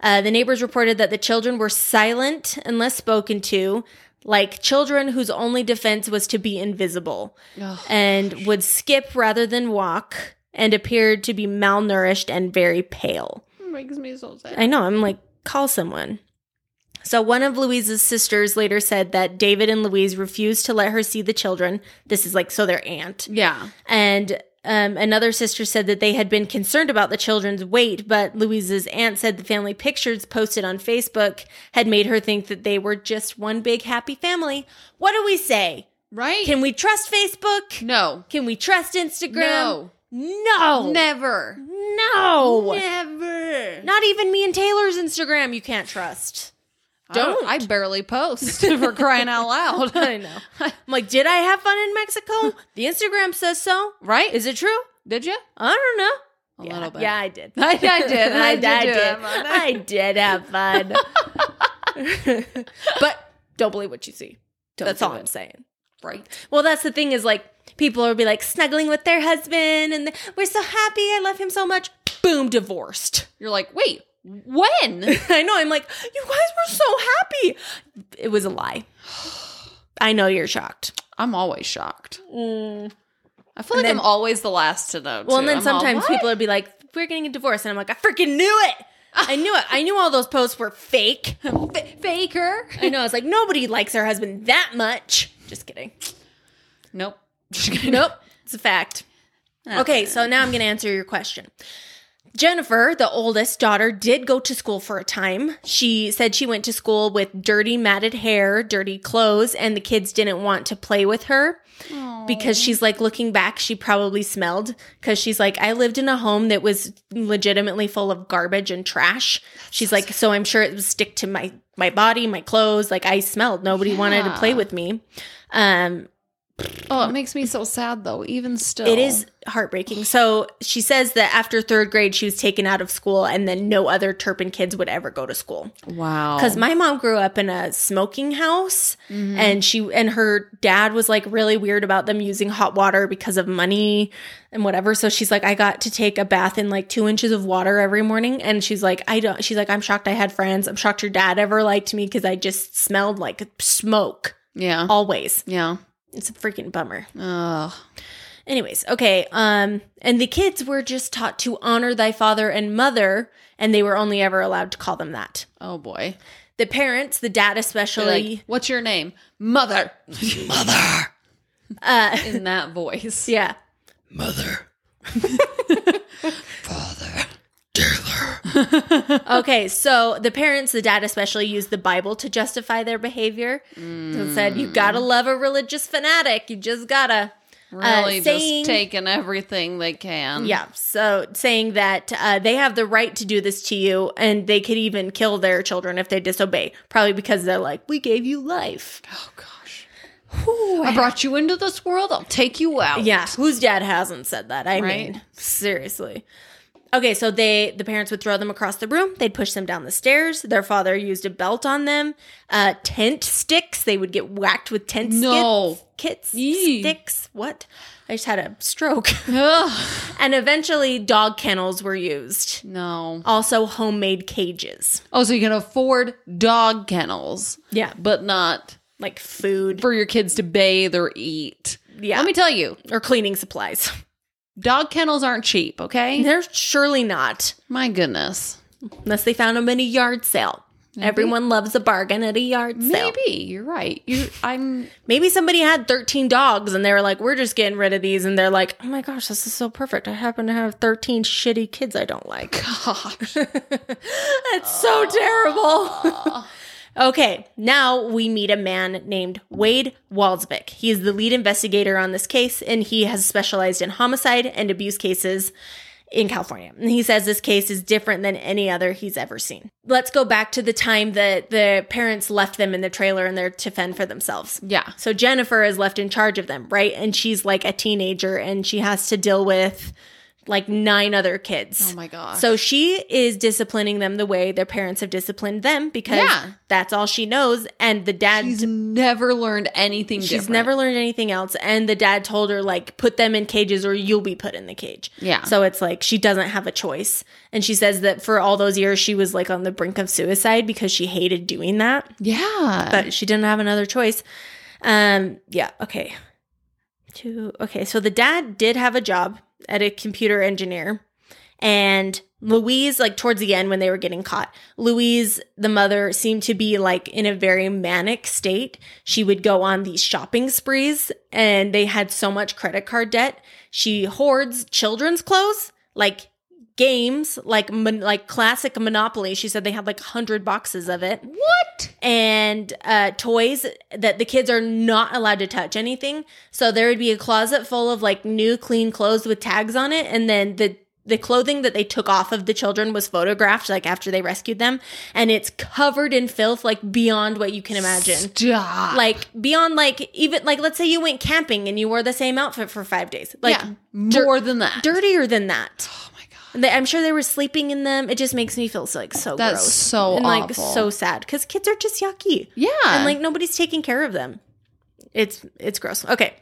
Uh, the neighbors reported that the children were silent unless spoken to, like children whose only defense was to be invisible Ugh. and would skip rather than walk and appeared to be malnourished and very pale. It makes me so sad. I know, I'm like, call someone. So, one of Louise's sisters later said that David and Louise refused to let her see the children. This is like, so their aunt. yeah. And um, another sister said that they had been concerned about the children's weight, but Louise's aunt said the family pictures posted on Facebook had made her think that they were just one big happy family. What do we say? Right? Can we trust Facebook? no. Can we trust Instagram? No. Oh, No. Never. No. Never. Not even me and Taylor's Instagram you can't trust. Oh. Don't. I barely post for crying out loud. I know. I'm like, did I have fun in Mexico? The Instagram says so. right? Is it true? Did you? I don't know. A yeah, little bit. Yeah, I did. I did. I did. I did. I do did. it. I did have fun. but don't believe what you see. Don't That's do all it. I'm saying. Right. Well, that's the thing is like people will be like snuggling with their husband and they- we're so happy. I love him so much. Boom, divorced. You're like, wait, when? I know. I'm like, you guys were so happy. It was a lie. I know you're shocked. I'm always shocked. I feel like I'm always the last to know. Mm. Well, too. and then I'm all, sometimes "What?" people would be like, we're getting a divorce. And I'm like, I freaking knew it. I knew it. I knew all those posts were fake. F- faker. I know. I was like, nobody likes their husband that much. Just kidding. Nope. Nope. It's a fact. Okay, so now I'm going to answer your question. Jennifer, the oldest daughter, did go to school for a time. She said she went to school with dirty, matted hair, dirty clothes, and the kids didn't want to play with her because she's like, looking back, she probably smelled because she's like, I lived in a home that was legitimately full of garbage and trash. She's like, so I'm sure it would stick to my my body, my clothes. Like I smelled. Nobody wanted to Yeah. play with me. Um, Oh, it makes me so sad though. Even still, It is heartbreaking. So she says that after third grade, she was taken out of school, and then no other Turpin kids would ever go to school. Wow. Because my mom grew up in a smoking house, and she and her dad was like really weird about them using hot water because of money and whatever. So she's like, I got to take a bath in like two inches of water every morning, and she's like, I don't. She's like, I'm shocked I had friends. I'm shocked your dad ever liked me because I just smelled like smoke yeah. always. yeah. It's a freaking bummer. Ugh. Anyways, okay. Um, and the kids were just taught to honor thy father and mother, and they were only ever allowed to call them that. Oh boy. The parents, the dad They're especially, Like, what's your name? Mother. Mother. uh, In that voice. yeah, Mother. Father. okay. So the parents, the dad especially, used the Bible to justify their behavior. Mm. They said, "You gotta love a religious fanatic. You just gotta." Really Uh, saying- just taking everything they can. Yeah. So saying that uh, they have the right to do this to you, and they could even kill their children if they disobey. Probably because they're like, "We gave you life." Oh gosh. Whew. I brought you into this world. I'll take you out. Yeah, whose dad hasn't said that? I Right? mean, seriously. Okay, so they the parents would throw them across the room. They'd push them down the stairs. Their father used a belt on them, uh, tent sticks. They would get whacked with tent No. skits, kits, Yee. sticks. What? I just had a stroke. Ugh. and eventually, dog kennels were used. No. Also, homemade cages. Oh, so you can afford dog kennels, Yeah, but not like food for your kids to bathe or eat. Yeah. Let me tell you, or cleaning supplies. dog kennels aren't cheap, okay? They're surely not. My goodness. unless they found them in a yard sale. Everyone loves a bargain at a yard sale. Maybe you're right. You, I'm. Maybe somebody had 13 dogs and they were like, we're just getting rid of these. And they're like, oh my gosh, this is so perfect. I happen to have 13 shitty kids I don't like. Gosh. That's so terrible. okay, now we meet a man named Wade Waldsbeck. He is the lead investigator on this case, and he has specialized in homicide and abuse cases in California. And he says this case is different than any other he's ever seen. Let's go back to the time that the parents left them in the trailer and they're to fend for themselves. Yeah. So Jennifer is left in charge of them, right? And she's like a teenager and she has to deal with like nine other kids. Oh my gosh. So she is disciplining them the way their parents have disciplined them because Yeah. that's all she knows. And the dad, she's never learned anything. she's never learned anything else. And the dad told her, like, put them in cages or you'll be put in the cage. Yeah. So it's like she doesn't have a choice. And she says that for all those years, she was like on the brink of suicide because she hated doing that, Yeah. but she didn't have another choice. Um, yeah. Okay. Two. Okay. So the dad did have a job at a computer engineer and Louise, like towards the end when they were getting caught, Louise, the mother, seemed to be like in a very manic state. She would go on these shopping sprees and they had so much credit card debt. She hoards children's clothes, like games, like mon- like classic Monopoly. She said they had like 100 boxes of it what? and uh, toys that the kids are not allowed to touch anything. So there would be a closet full of like new clean clothes with tags on it, and then the the clothing that they took off of the children was photographed like after they rescued them, and it's covered in filth like beyond what you can imagine. Stop. Like beyond like even like let's say you went camping and you wore the same outfit for five days, like yeah. More than that. dirtier than that. oh my god. They- I'm sure they were sleeping in them. It just makes me feel so, like so That's gross so and like awful. so sad because kids are just yucky Yeah. and like nobody's taking care of them. It's it's gross. Okay.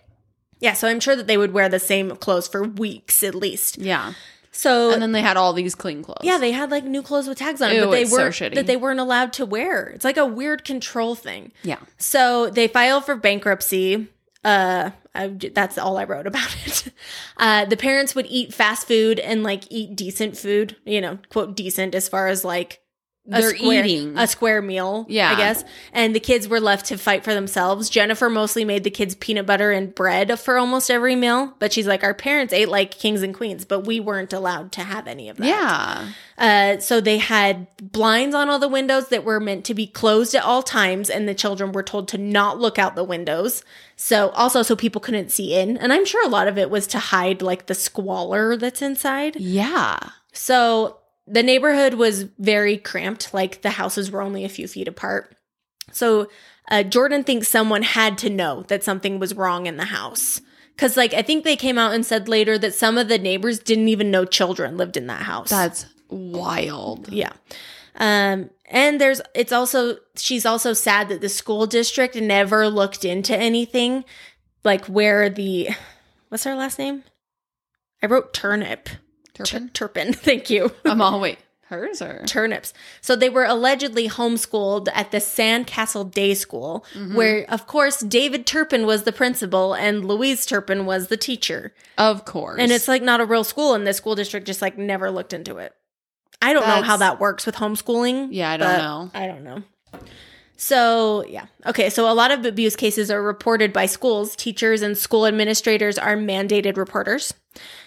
Yeah, so I'm sure that they would wear the same clothes for weeks at least. yeah. So And then they had all these clean clothes. yeah, they had like new clothes with tags on Ew, it, but they it's so weren't shitty. that they weren't allowed to wear. It's like a weird control thing. yeah. So they file for bankruptcy. Uh, I, that's all I wrote about it. Uh, the parents would eat fast food and like eat decent food, you know, quote decent as far as like a They're square, eating. a square meal, Yeah. I guess. And the kids were left to fight for themselves. Jennifer mostly made the kids peanut butter and bread for almost every meal, but she's like, our parents ate like kings and queens, but we weren't allowed to have any of that. Yeah. Uh, so they had blinds on all the windows that were meant to be closed at all times, and the children were told to not look out the windows. So also, so people couldn't see in, and I'm sure a lot of it was to hide like the squalor that's inside. Yeah. So the neighborhood was very cramped; like the houses were only a few feet apart. So uh, Jordan thinks someone had to know that something was wrong in the house. Cause like I think they came out and said later that some of the neighbors didn't even know children lived in that house. That's wild. Yeah. Um, and there's, it's also, she's also sad that the school district never looked into anything like where the, what's her last name? I wrote turnip. Tur- Turpin. Turpin. Thank you. I'm all wait. Hers or Turnips. So they were allegedly homeschooled at the Sandcastle Day School, where, of course, David Turpin was the principal and Louise Turpin was the teacher. of course. And it's like not a real school, and the school district just like never looked into it. I don't know how That's- that works with homeschooling. Yeah, I don't but know. I don't know. So, yeah. Okay, so a lot of abuse cases are reported by schools. Teachers and school administrators are mandated reporters.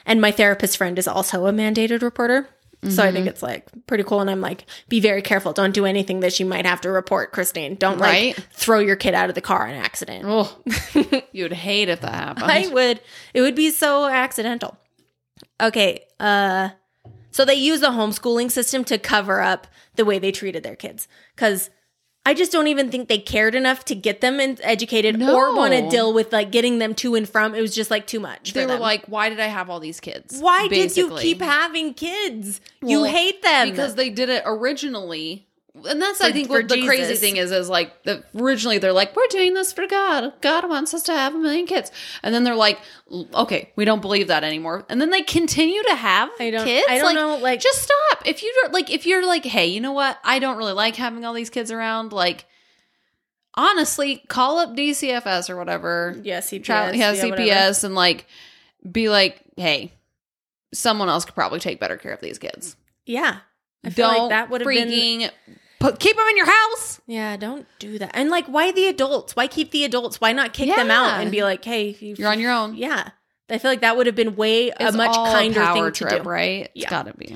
And my therapist friend is also a mandated reporter. So I Mm-hmm. think it's like pretty cool. And I'm like, be very careful. Don't do anything that you might have to report, Christine. Don't Right. like throw your kid out of the car in an accident. Oh, you'd hate if that happened. I would. It would be so accidental. Okay. Uh, so they use the homeschooling system to cover up the way they treated their kids because I just don't even think they cared enough to get them in, educated or No. want to deal with like getting them to and from. It was just like too much. for They were them. like, why did I have all these kids? why did you basically. keep having kids? you Well, hate them. because they did it originally. And that's I For- think for what the crazy Jesus. thing is is like the, originally they're like we're doing this for God. God wants us to have a million kids, and then they're like, "L- okay, we don't believe that anymore. And then they continue to have I don't- kids. I don't know, like- just stop. If you don't like, if you're like, hey, you know what? I don't really like having all these kids around. Like, honestly, call up DCFS or whatever yeah, CPS. travel, yeah, whatever. CPS, and like be like, hey, someone else could probably take better care of these kids. Yeah. I feel Don't like that would have been freaking put, keep them in your house. Yeah, don't do that. And like why the adults? Why keep the adults? Why not kick them Yeah. out and be like, "Hey, you, You're on your own. Yeah. I feel like that would have been way It's a much all kinder power thing to trip, do. right? It's Yeah. gotta be.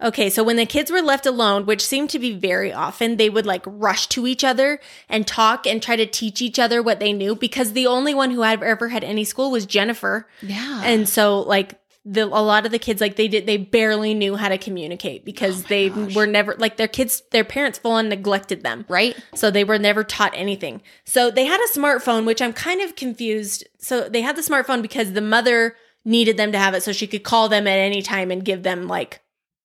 Okay, so when the kids were left alone, which seemed to be very often, they would like rush to each other and talk and try to teach each other what they knew because the only one who had ever had any school was Jennifer. Yeah, And so like the, a lot of the kids like they did they barely knew how to communicate Oh because they were never like their kids their parents full on neglected them. right. So they were never taught anything. So they had a smartphone, which I'm kind of confused. So they had the smartphone because the mother needed them to have it so she could call them at any time and give them like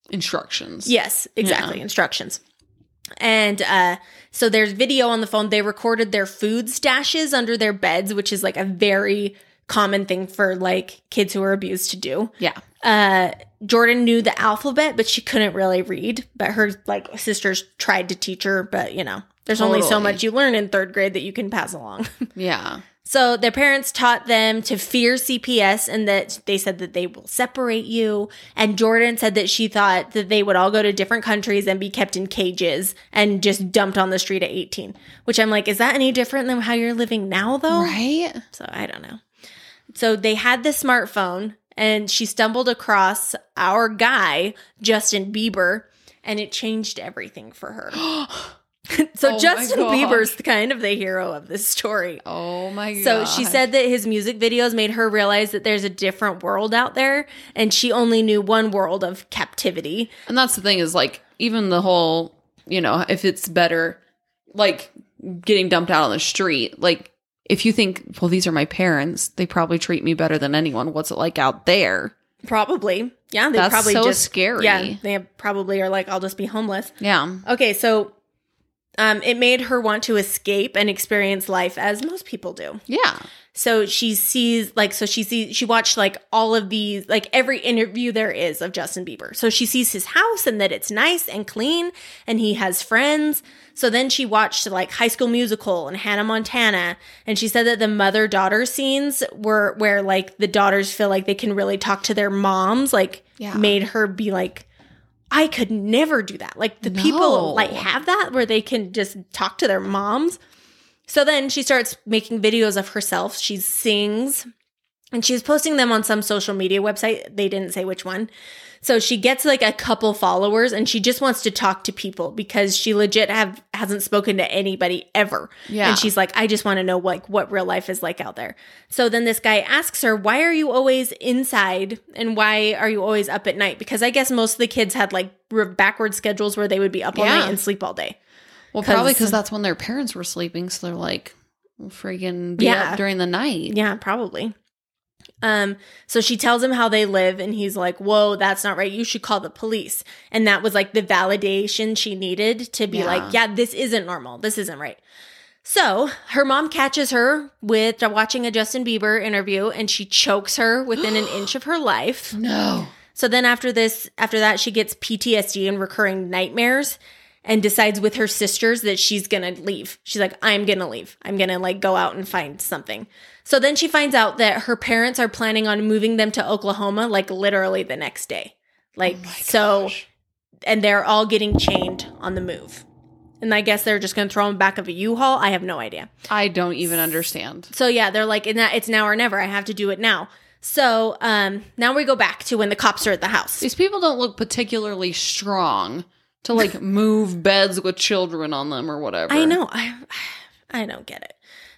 Instructions. yes, exactly, instructions. And uh so there's video on the phone. They recorded their food stashes under their beds, which is like a very common thing for like kids who are abused to do yeah. uh Jordan knew the alphabet, but she couldn't really read. But her like sisters tried to teach her, but you know, there's only so Totally. much you learn in third grade that you can pass along. Yeah. so their parents taught them to fear CPS and that they said that they will separate you. And Jordan said that she thought that they would all go to different countries and be kept in cages and just dumped on the street at 18. Which I'm like, is that any different than how you're living now though? Right. So I don't know. So they had the smartphone, and she stumbled across our guy, Justin Bieber, and it changed everything for her. Oh so my Justin gosh. Bieber's kind of the hero of this story. Oh my god. So she said that his music videos made her realize that there's a different world out there, and she only knew one world of captivity. And that's the thing is like even the whole, you know, if it's better like getting dumped out on the street, like if you think, well, these are my parents, they probably treat me better than anyone. What's it like out there? Probably, yeah, they That's probably so just scary. Yeah, they probably are like, I'll just be homeless. Yeah. Okay, so um, it made her want to escape and experience life as most people do. Yeah. So she sees, like, so she sees, she watched like all of these, like every interview there is of Justin Bieber. So she sees his house and that it's nice and clean and he has friends. So then she watched like High School Musical and Hannah Montana. And she said that the mother daughter scenes were where like the daughters feel like they can really talk to their moms, like, Yeah. made her be like, I could never do that. Like the people No. like have that where they can just talk to their moms. So then she starts making videos of herself. She sings and she's posting them on some social media website. They didn't say which one. So she gets like a couple followers and she just wants to talk to people because she legit have hasn't spoken to anybody ever. Yeah. And she's like, I just want to know like what real life is like out there. So then this guy asks her, Why are you always inside and why are you always up at night? Because I guess most of the kids had like re- backward schedules where they would be up all Yeah. night and sleep all day. Well, 'Cause- probably because that's when their parents were sleeping. So they're like, well, freaking be Yeah. up during the night. Yeah, probably. Um, so she tells him how they live, and he's like, Whoa, that's not right. You should call the police. And that was like the validation she needed to be Yeah. like, Yeah, this isn't normal. This isn't right. So her mom catches her with watching a Justin Bieber interview, and she chokes her within an inch of her life. No. So then after this, after that, she gets PTSD and recurring nightmares and decides with her sisters that she's gonna leave. She's like, I'm gonna leave. I'm gonna like go out and find something. So then she finds out that her parents are planning on moving them to Oklahoma like literally the next day. Like, so, and they're all getting chained on the move. And I guess they're just gonna throw them back of a U haul. I have no idea. I don't even understand. So yeah, they're like, "And that- it's now or never. I have to do it now. So um, now we go back to when the cops are at the house. These people don't look particularly strong to like move beds with children on them or whatever. I know. I I don't get it.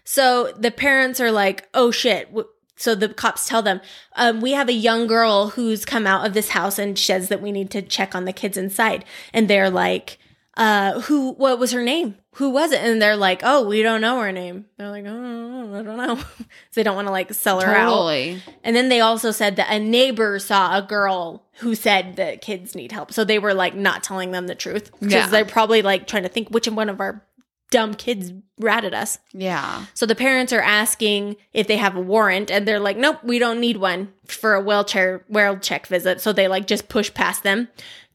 So the parents are like, "Oh shit." W- So the cops tell them, um, "We have a young girl who's come out of this house and says that we need to check on the kids inside." And they're like, uh, who, what was her name? Who was it? And they're like, oh, we don't know her name. They're like, oh, I don't know. so they don't want to like sell her out. Totally. And then they also said that a neighbor saw a girl who said that kids need help. So they were like not telling them the truth because Yeah. they're probably like trying to think which one of our dumb kids ratted us. Yeah. So the parents are asking if they have a warrant, and they're like, "Nope, we don't need one for a wheelchair well check visit." So they like just push past them.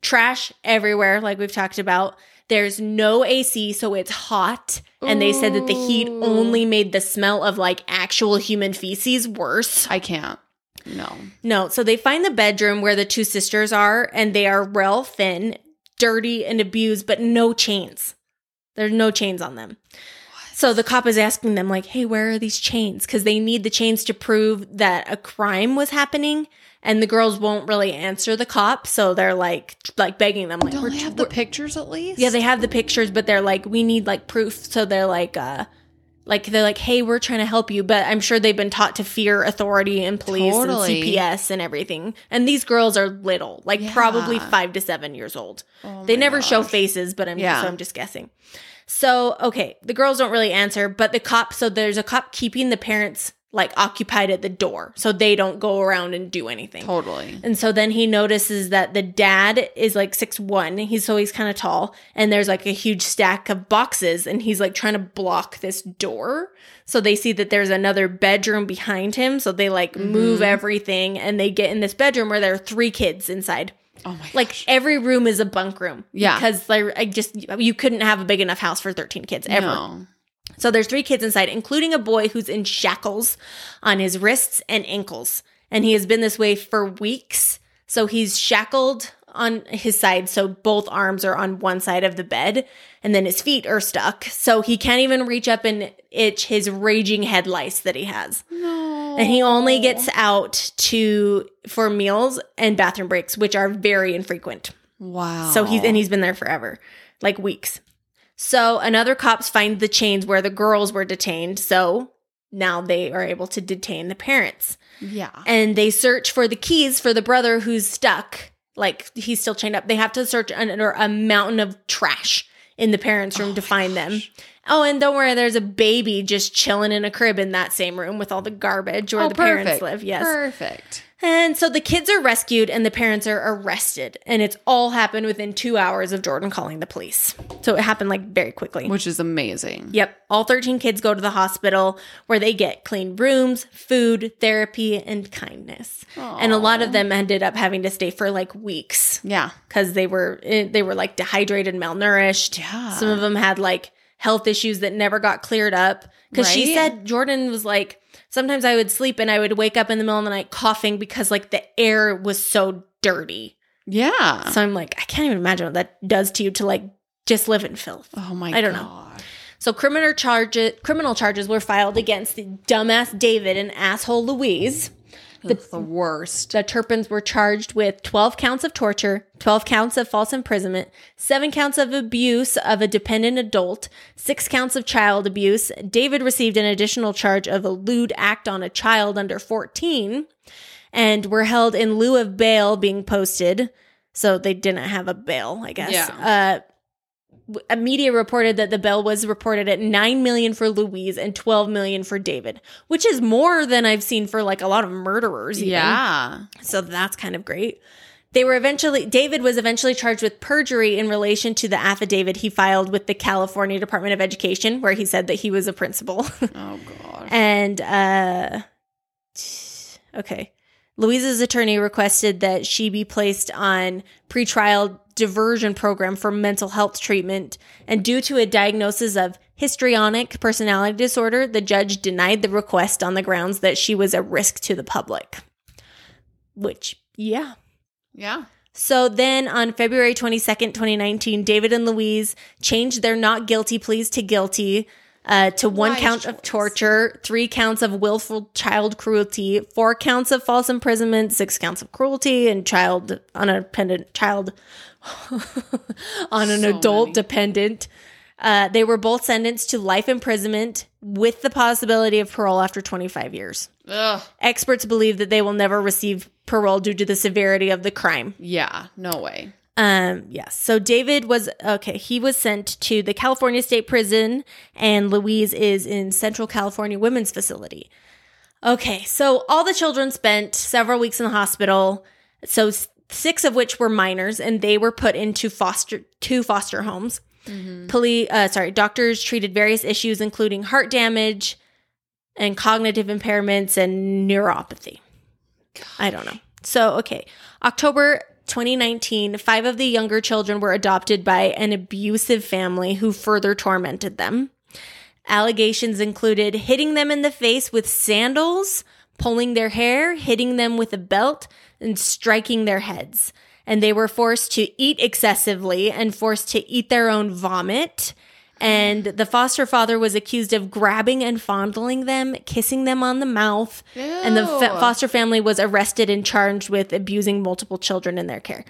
Trash everywhere, like we've talked about. There's no AC, so it's hot. And they said that the heat Ooh. only made the smell of like actual human feces worse. I can't. No. No, so they find the bedroom where the two sisters are, and they are real thin, dirty, and abused, but no chains. There's no chains on them. So the cop is asking them, like, hey, where are these chains? Because they need the chains to prove that a crime was happening. And the girls won't really answer the cop, so they're like, like begging them, like, Don't "We're- they have the pictures at least? yeah, they have the pictures, but they're like, we need like proof. So they're like, uh, like they're like, hey, we're trying to help you, but I'm sure they've been taught to fear authority and police Totally. and CPS and everything. And these girls are little, like Yeah. probably five to seven years old. Oh they my never show gosh. faces, but I'm Yeah. so I'm just guessing. So okay, the girls don't really answer, but the cop. So there's a cop keeping the parents like occupied at the door, so they don't go around and do anything. Totally. And so then he notices that the dad is like six one. He's so he's kind of tall, and there's like a huge stack of boxes, and he's like trying to block this door. So they see that there's another bedroom behind him. So they like move Mhm. everything, and they get in this bedroom where there are three kids inside. Oh my Like gosh. every room is a bunk room, Yeah. Because like I just you couldn't have a big enough house for thirteen kids ever. No. So there's three kids inside, including a boy who's in shackles on his wrists and ankles. And he has been this way for weeks. So he's shackled on his side. So both arms are on one side of the bed. And then his feet are stuck. So he can't even reach up and itch his raging head lice that he has. No. And he only gets out to for meals and bathroom breaks, which are very infrequent. Wow. So he's and he's been there forever, like weeks. So another cops find the chains where the girls were detained. So now they are able to detain the parents. Yeah. And they search for the keys for the brother who's stuck. Like he's still chained up. They have to search under a mountain of trash in the parents' room Oh to my find them. gosh. Oh, and don't worry, there's a baby just chilling in a crib in that same room with all the garbage where Oh, the perfect. parents live. Yes. Perfect. And so the kids are rescued and the parents are arrested. And it's all happened within two hours of Jordan calling the police. So it happened like very quickly. Which is amazing. Yep. All 13 kids go to the hospital where they get clean rooms, food, therapy, and kindness. And a lot of them ended up having to stay for like weeks Yeah. because they were eh, they were like dehydrated, malnourished. Yeah. Some of them had like health issues that never got cleared up. Because she Right. said Jordan was like, sometimes I would sleep and I would wake up in the middle of the night coughing because like the air was so dirty. Yeah. So I'm like, I can't even imagine what that does to you to like just live in filth. Oh my I don't know. god. So criminal charges criminal charges were filed against the dumbass David and asshole Louise. That's the worst. The Turpins were charged with 12 counts of torture, 12 counts of false imprisonment, 7 counts of abuse of a dependent adult, 6 counts of child abuse. David received an additional charge of a lewd act on a child under 14 and were held in lieu of bail being posted. So they didn't have a bail, I guess. Uh, w- a media reported that the bail was reported at 9 million for Louise and 12 million for David, which is more than I've seen for like a lot of murderers. even. Yeah. So that's kind of great. They were eventually, David was eventually charged with perjury in relation to the affidavit he filed with the California Department of Education, where he said that he was a principal. Oh god. and, uh, okay. Louisa's attorney requested that she be placed on pretrial diversion program for mental health treatment. And due to a diagnosis of histrionic personality disorder, the judge denied the request on the grounds that she was a risk to the public. Which, yeah. Yeah. So then on February 22nd, 2019, David and Louise changed their not guilty pleas to guilty uh, to one Wise count choice. of torture, three counts of willful child cruelty, four counts of false imprisonment, six counts of cruelty, and child on a dependent child on an So adult many. dependent. Uh, they were both sentenced to life imprisonment with the possibility of parole after 25 years. Ugh. Experts believe that they will never receive parole due to the severity of the crime. Yeah. No way. Um, yes. So David was okay. He was sent to the California State Prison, and Louise is in Central California Women's Facility. Okay. So all the children spent several weeks in the hospital. So s- six of which were minors, and they were put into foster two foster homes. Poli- uh, sorry, doctors treated various issues, including heart damage and cognitive impairments and neuropathy. I don't know. So, okay. October 2019, five of the younger children were adopted by an abusive family who further tormented them. Allegations included hitting them in the face with sandals, pulling their hair, hitting them with a belt, and striking their heads. And they were forced to eat excessively and forced to eat their own vomit. And the foster father was accused of grabbing and fondling them, kissing them on the mouth, and the fa- Ew. foster family was arrested and charged with abusing multiple children in their care.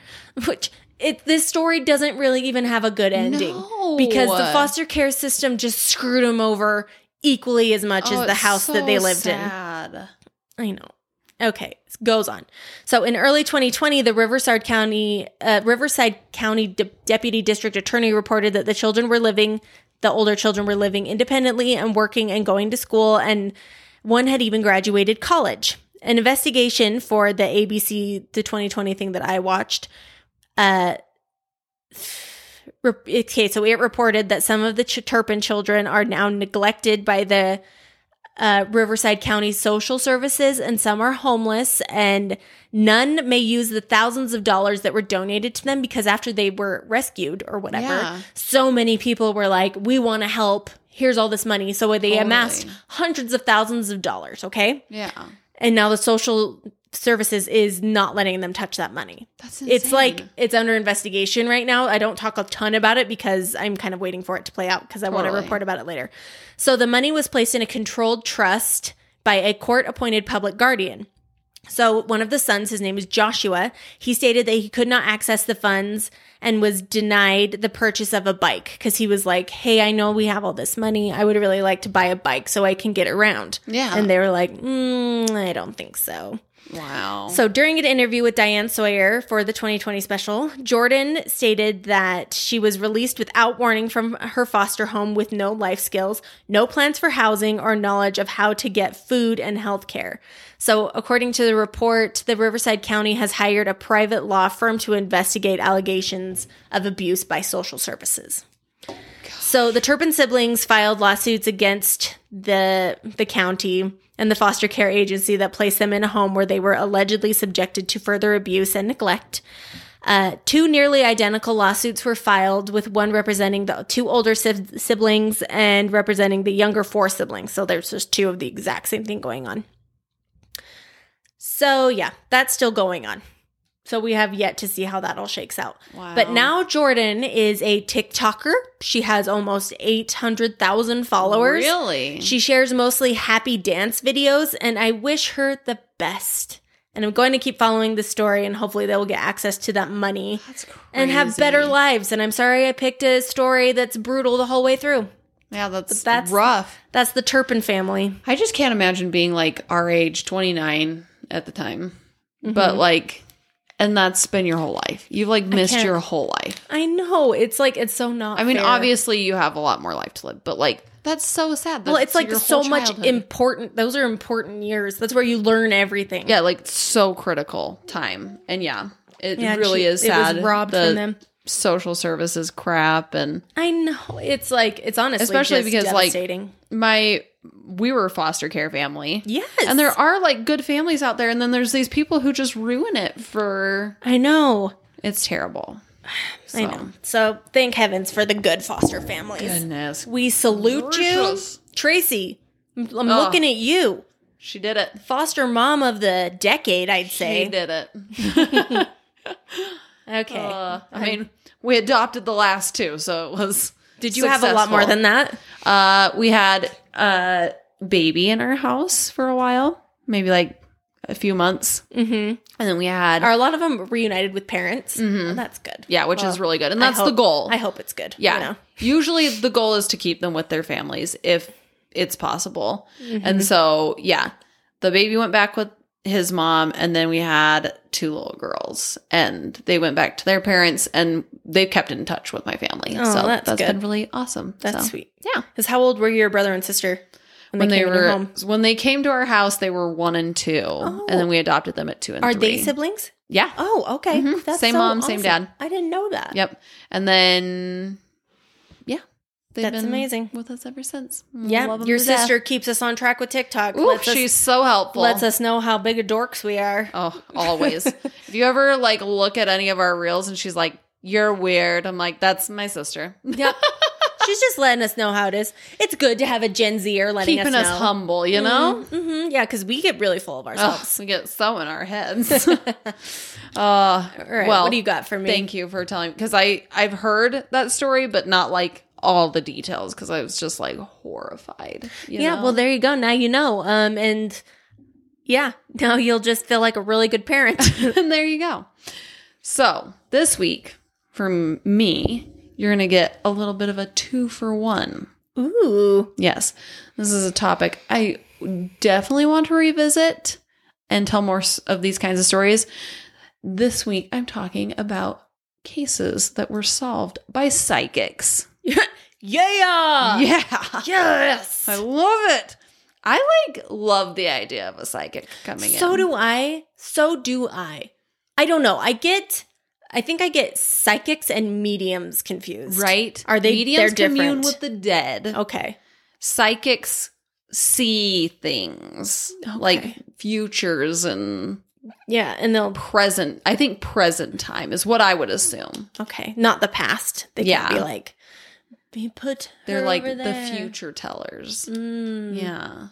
Which it this story doesn't really even have a good ending No. because the foster care system just screwed them over equally as much Oh, as the house that they lived in. in. I know. Okay, goes on. So in early 2020, the Riverside County uh, Riverside County De- Deputy District Attorney reported that the children were living, the older children were living independently and working and going to school, and one had even graduated college. An investigation for the ABC the 2020 thing that I watched. Uh, re- okay, so it reported that some of the Ch- Turpin children are now neglected by the uh, Riverside County social services, and some are homeless, and none may use the thousands of dollars that were donated to them because after they were rescued or whatever, Yeah. so many people were like, We want to help. Here's all this money. So they amassed Totally. hundreds of thousands of dollars, okay? Yeah. And now the social services is not letting them touch that money. That's insane. It's like it's under investigation right now. I don't talk a ton about it because I'm kind of waiting for it to play out because I want to Totally. report about it later. So the money was placed in a controlled trust by a court appointed public guardian. So one of the sons, his name is Joshua, he stated that he could not access the funds and was denied the purchase of a bike because he was like, Hey, I know we have all this money. I would really like to buy a bike so I can get around. Yeah. And they were like, mm, I don't think so. wow. So during an interview with Diane Sawyer for the 2020 special, Jordan stated that she was released without warning from her foster home with no life skills, no plans for housing, or knowledge of how to get food and health care. So, according to the report, the Riverside County has hired a private law firm to investigate allegations of abuse by social services. So the Turpin siblings filed lawsuits against the the county and the foster care agency that placed them in a home where they were allegedly subjected to further abuse and neglect. Uh, two nearly identical lawsuits were filed, with one representing the two older sib- siblings and representing the younger four siblings. So there's just two of the exact same thing going on. So yeah, that's still going on. So we have yet to see how that all shakes out. Wow. But now Jordan is a TikToker. She has almost 800,000 followers. Really? She shares mostly happy dance videos, and I wish her the best. And I'm going to keep following the story, and hopefully, they will get access to that money That's crazy. and have better lives. And I'm sorry I picked a story that's brutal the whole way through. Yeah, that's- that's that's rough. That's the Turpin family. I just can't imagine being like our age, 29 at the time. Mm-hmm. But like and that's been your whole life. You've like missed can't- your whole life. I know. It's like, it's so not. I mean, fair. obviously you have a lot more life to live, but like that's so sad. Well, That's it's like your so whole much childhood. important. Those are important years. That's where you learn everything. Yeah, like so critical time. And yeah, it Yeah, and really she- is it was sad. robbed the from them. Social services crap and I know. It's like it's honestly Especially just because, like- devastating. my we were a foster care family. yes, And there are like good families out there and then there's these people who just ruin it for I know. it's terrible. I know. So thank heavens for the good foster families. Goodness. We salute Gracious. you, Tracy. I'm I'm Oh. looking at you, She did it. foster mom of the decade. I'd She say. did it. Okay. Uh, I mean, we adopted the last two, so it was. Did you have a lot more than that? Uh, we had a baby in our house for a while, maybe like a few months, Mm-hmm. and then we had Are a lot of them reunited with parents? Well, that's good. yeah, which is Well, really good, and I that's the hope- goal. I hope it's good. you yeah, know. usually the goal is to keep them with their Mm-hmm. families if it's possible, and so yeah, the baby went back with his mom, and then we had two little girls, and they went back to their parents, and they've kept in touch with my family. Oh, so that's that's good. been really awesome. That's so, sweet. Yeah. Because how old were your brother and sister When they, came into your were home? Oh. when they came to our house, they were one and two, and then we adopted them at two and Are three. they siblings? Yeah. Oh, okay. Mhm. Same mom, same dad. I didn't know that. Yep. And then, yeah, they've That's amazing. with us ever since. Yeah, Love 'em your to death. sister keeps us on track with TikTok. Ooh, lets she's us, so helpful. lets us know how big a dorks we are. Oh, always. if you ever like look at any of our reels and she's like, "You're weird," I'm like, "That's my sister." Yep. she's just letting us know how it is. It's good to have a Gen Zer letting Keeping us us, know. Mm-hmm. humble, you know. hmm Yeah, because we get really full of Ugh, ourselves. we get so in our heads. uh, All All right, well, what do you got for me? Thank you for telling because I I've heard that story, but not like all the details because I was just like horrified. you yeah, know? well, there you go. Now you know. Um, and yeah, now you'll just feel like a really good parent. and there you go. So this week from me, you're gonna get a little bit of a two for one. Ooh, Yes, this is a topic I definitely want to revisit and tell more s- of these kinds of stories. This week, I'm talking about cases that were solved by psychics. yeah, yeah, Uh, yes. I love it. I like love the idea of a psychic coming in. So do I. So do I. I don't know. I get. I think I get psychics and mediums confused. right? Are they- mediums they're commune different. Oh. with the dead? Okay. Psychics see things like Okay. futures and Yeah, and they'll. present. I think present time is what I would assume. Okay, not the past. They yeah. Yeah. can be like. Be put. They're her like over the there." future tellers. Mm. Yeah.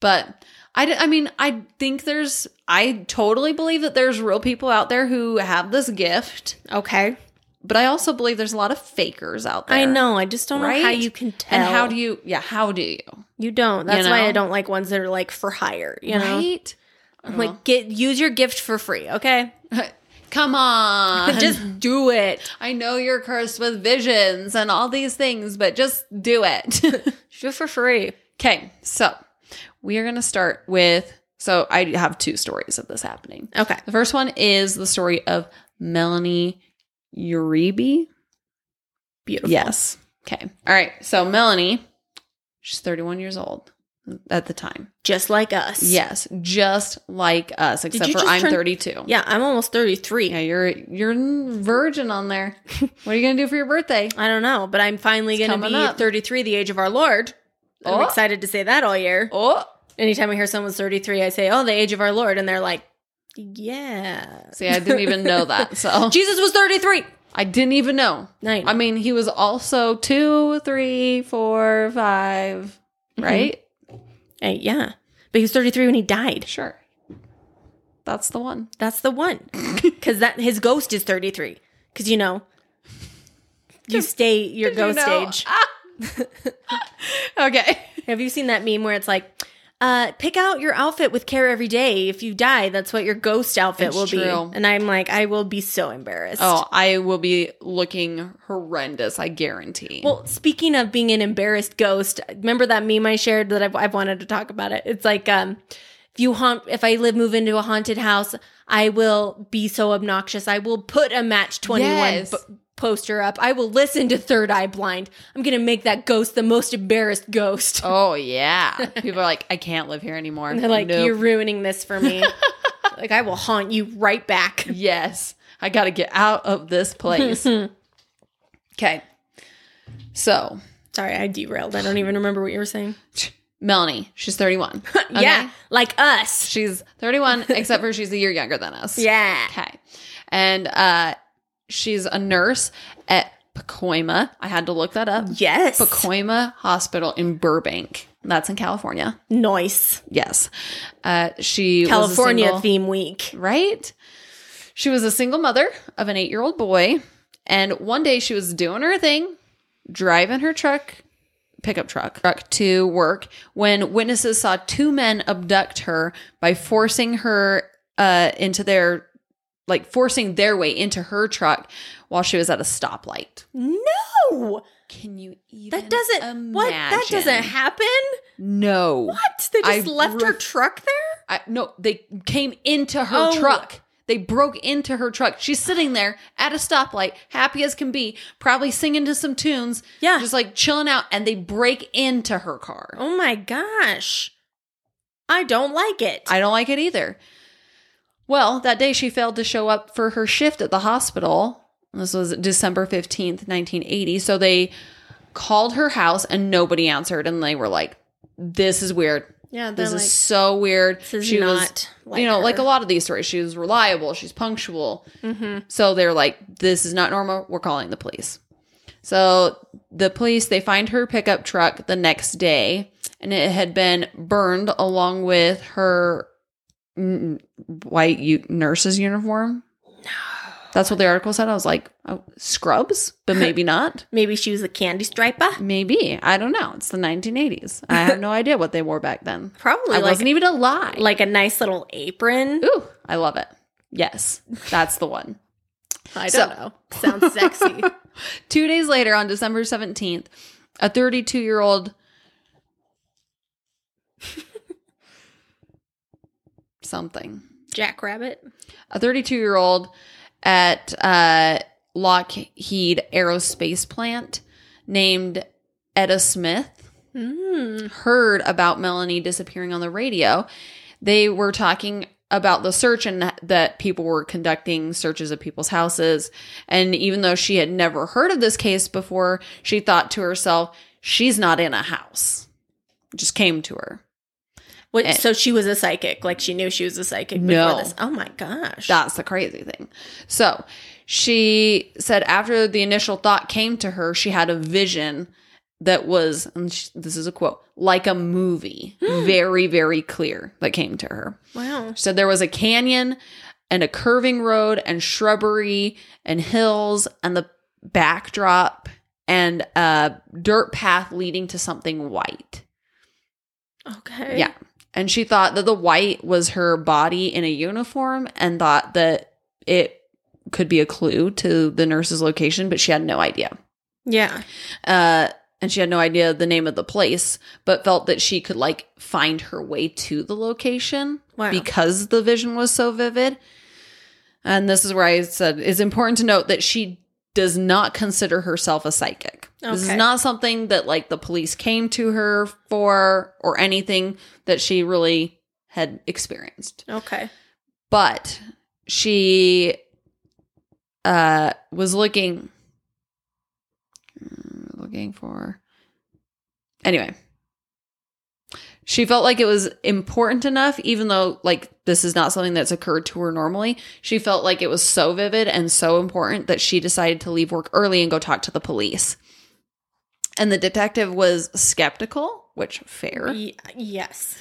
But I, d- I mean, I think there's, I totally believe that there's real people out there who have this gift, Okay. but I also believe there's a lot of fakers out there. I know. I just don't know how Right? you can tell. And how do you, yeah, how do you? You don't. That's why know? I don't like ones that are like for hire. You know, Right? Uh-huh. I'm like get use your gift for free. Okay, Come on. just do it. I know you're cursed with visions and all these things, but just do it. Do it for free. okay. So we are going to start with, so I have two stories of this happening. Okay. The first one is the story of Melanie Uribe. Beautiful. Yes. Okay. All right. So Melanie, she's 31 years old at the time. Just like us. Yes, just like us, except you for just I'm turn- 32. Yeah. I'm almost 33. Yeah, you're you're virgin on there. what are you gonna do for your birthday? I don't know, but I'm finally going to coming be up. 33, the age of our Lord. I'm Oh. excited to say that all year. Oh, Anytime I hear someone's 33, I say, "Oh, the age of our Lord," and they're like, "Yeah." see, I didn't even know that. So Jesus was 33. I didn't even know. Nine. I mean, he was also two, three, four, five, Mm-hmm. right? Uh, yeah. But he was 33 when he died. Sure. That's the one. That's the one. Cuz that his ghost is 33. Cuz you know, you stay your ghost age. okay. Have you seen that meme where it's like uh, pick out your outfit with care every day. If you die, that's what your ghost outfit It's will be. true. And I'm like, I will be so embarrassed. Oh, I will be looking horrendous, I guarantee. Well, speaking of being an embarrassed ghost, remember that meme I shared that I've, I've wanted to talk about it. It's like um, if you haunt, if I live move into a haunted house, I will be so obnoxious. I will put a match twenty one Yes. poster up. I will listen to Third Eye Blind. I'm gonna make that ghost the most embarrassed ghost. oh yeah. People are like, I can't live here anymore. And they're like, Nope. you're ruining this for me. like I will haunt you right back. Yes. I gotta get out of this place. okay. So Sorry, I derailed. I don't even remember what you were saying. Melanie, she's 31. Okay? Yeah, like us. She's 31, except for she's a year younger than us. Yeah. Okay. And uh she's a nurse at Pacoima. I had to look that up. Yes. Pacoima Hospital in Burbank. That's in California. Nice. Yes. Uh, she California was a single, theme week. right? She was a single mother of an eight-year-old boy, and one day she was doing her thing, driving her truck, pickup truck, truck to work when witnesses saw two men abduct her by forcing her uh, into their, like forcing their way into her truck while she was at a stoplight. No, Can you even that doesn't. What? That doesn't imagine? happen. No. What? They just I left her ref- truck there. I, no, they came into her Oh. truck. They broke into her truck. She's sitting there at a stoplight, happy as can be, probably singing to some tunes. Yeah. Just like chilling out, and they break into her car. Oh my gosh. I don't like it. I don't like it either. Well, that day she failed to show up for her shift at the hospital. This was December 15th, 1980. So they called her house and nobody answered. And they were like, this is weird. yeah, they're This like, is so weird. this is she not was, like you know, like her. a lot of these stories, she was reliable, she's punctual. Mhm. So they're like, this is not normal. We're calling the police. So the police, they find her pickup truck the next day, and it had been burned along with her mm, white u- nurse's uniform. That's what the article said. I was like, oh, scrubs, but maybe not. Maybe she was a candy striper. Maybe. I don't know. It's the 1980s. I have no idea what they wore back then. Probably I like wasn't even alive. like a nice little apron. Ooh, I love it. Yes, that's the one. I So- don't know. Sounds sexy. Two days later, on December 17th, a 32 year old. something. Jackrabbit. A 32 year old at uh, Lockheed Aerospace Plant named Etta Smith Mm. heard about Melanie disappearing on the radio, they were talking about the search and that people were conducting searches of people's houses. And even though she had never heard of this case before, she thought to herself, she's not in a house. It just came to her. What, Eh. so she was a psychic. Like she knew she was a psychic before No. this. Oh my gosh. That's the crazy thing. So she said after the initial thought came to her, she had a vision that was, and sh this is a quote, like a movie, very, very clear that came to her. Wow. So there was a canyon and a curving road and shrubbery and hills and the backdrop and a dirt path leading to something white. Okay. Yeah. And she thought that the white was her body in a uniform and thought that it could be a clue to the nurse's location, but she had no idea. Yeah. Uh, and she had no idea the name of the place, but felt that she could like find her way to the location Wow. because the vision was so vivid. And this is where I said it's important to note that she does not consider herself a psychic. This is Okay. not something that like the police came to her for or anything that she really had experienced. okay. But she uh was looking mm, looking for anyway she felt like it was important enough even though like this is not something that's occurred to her normally she felt like it was so vivid and so important that she decided to leave work early and go talk to the police and the detective was skeptical which fair Ye- yes.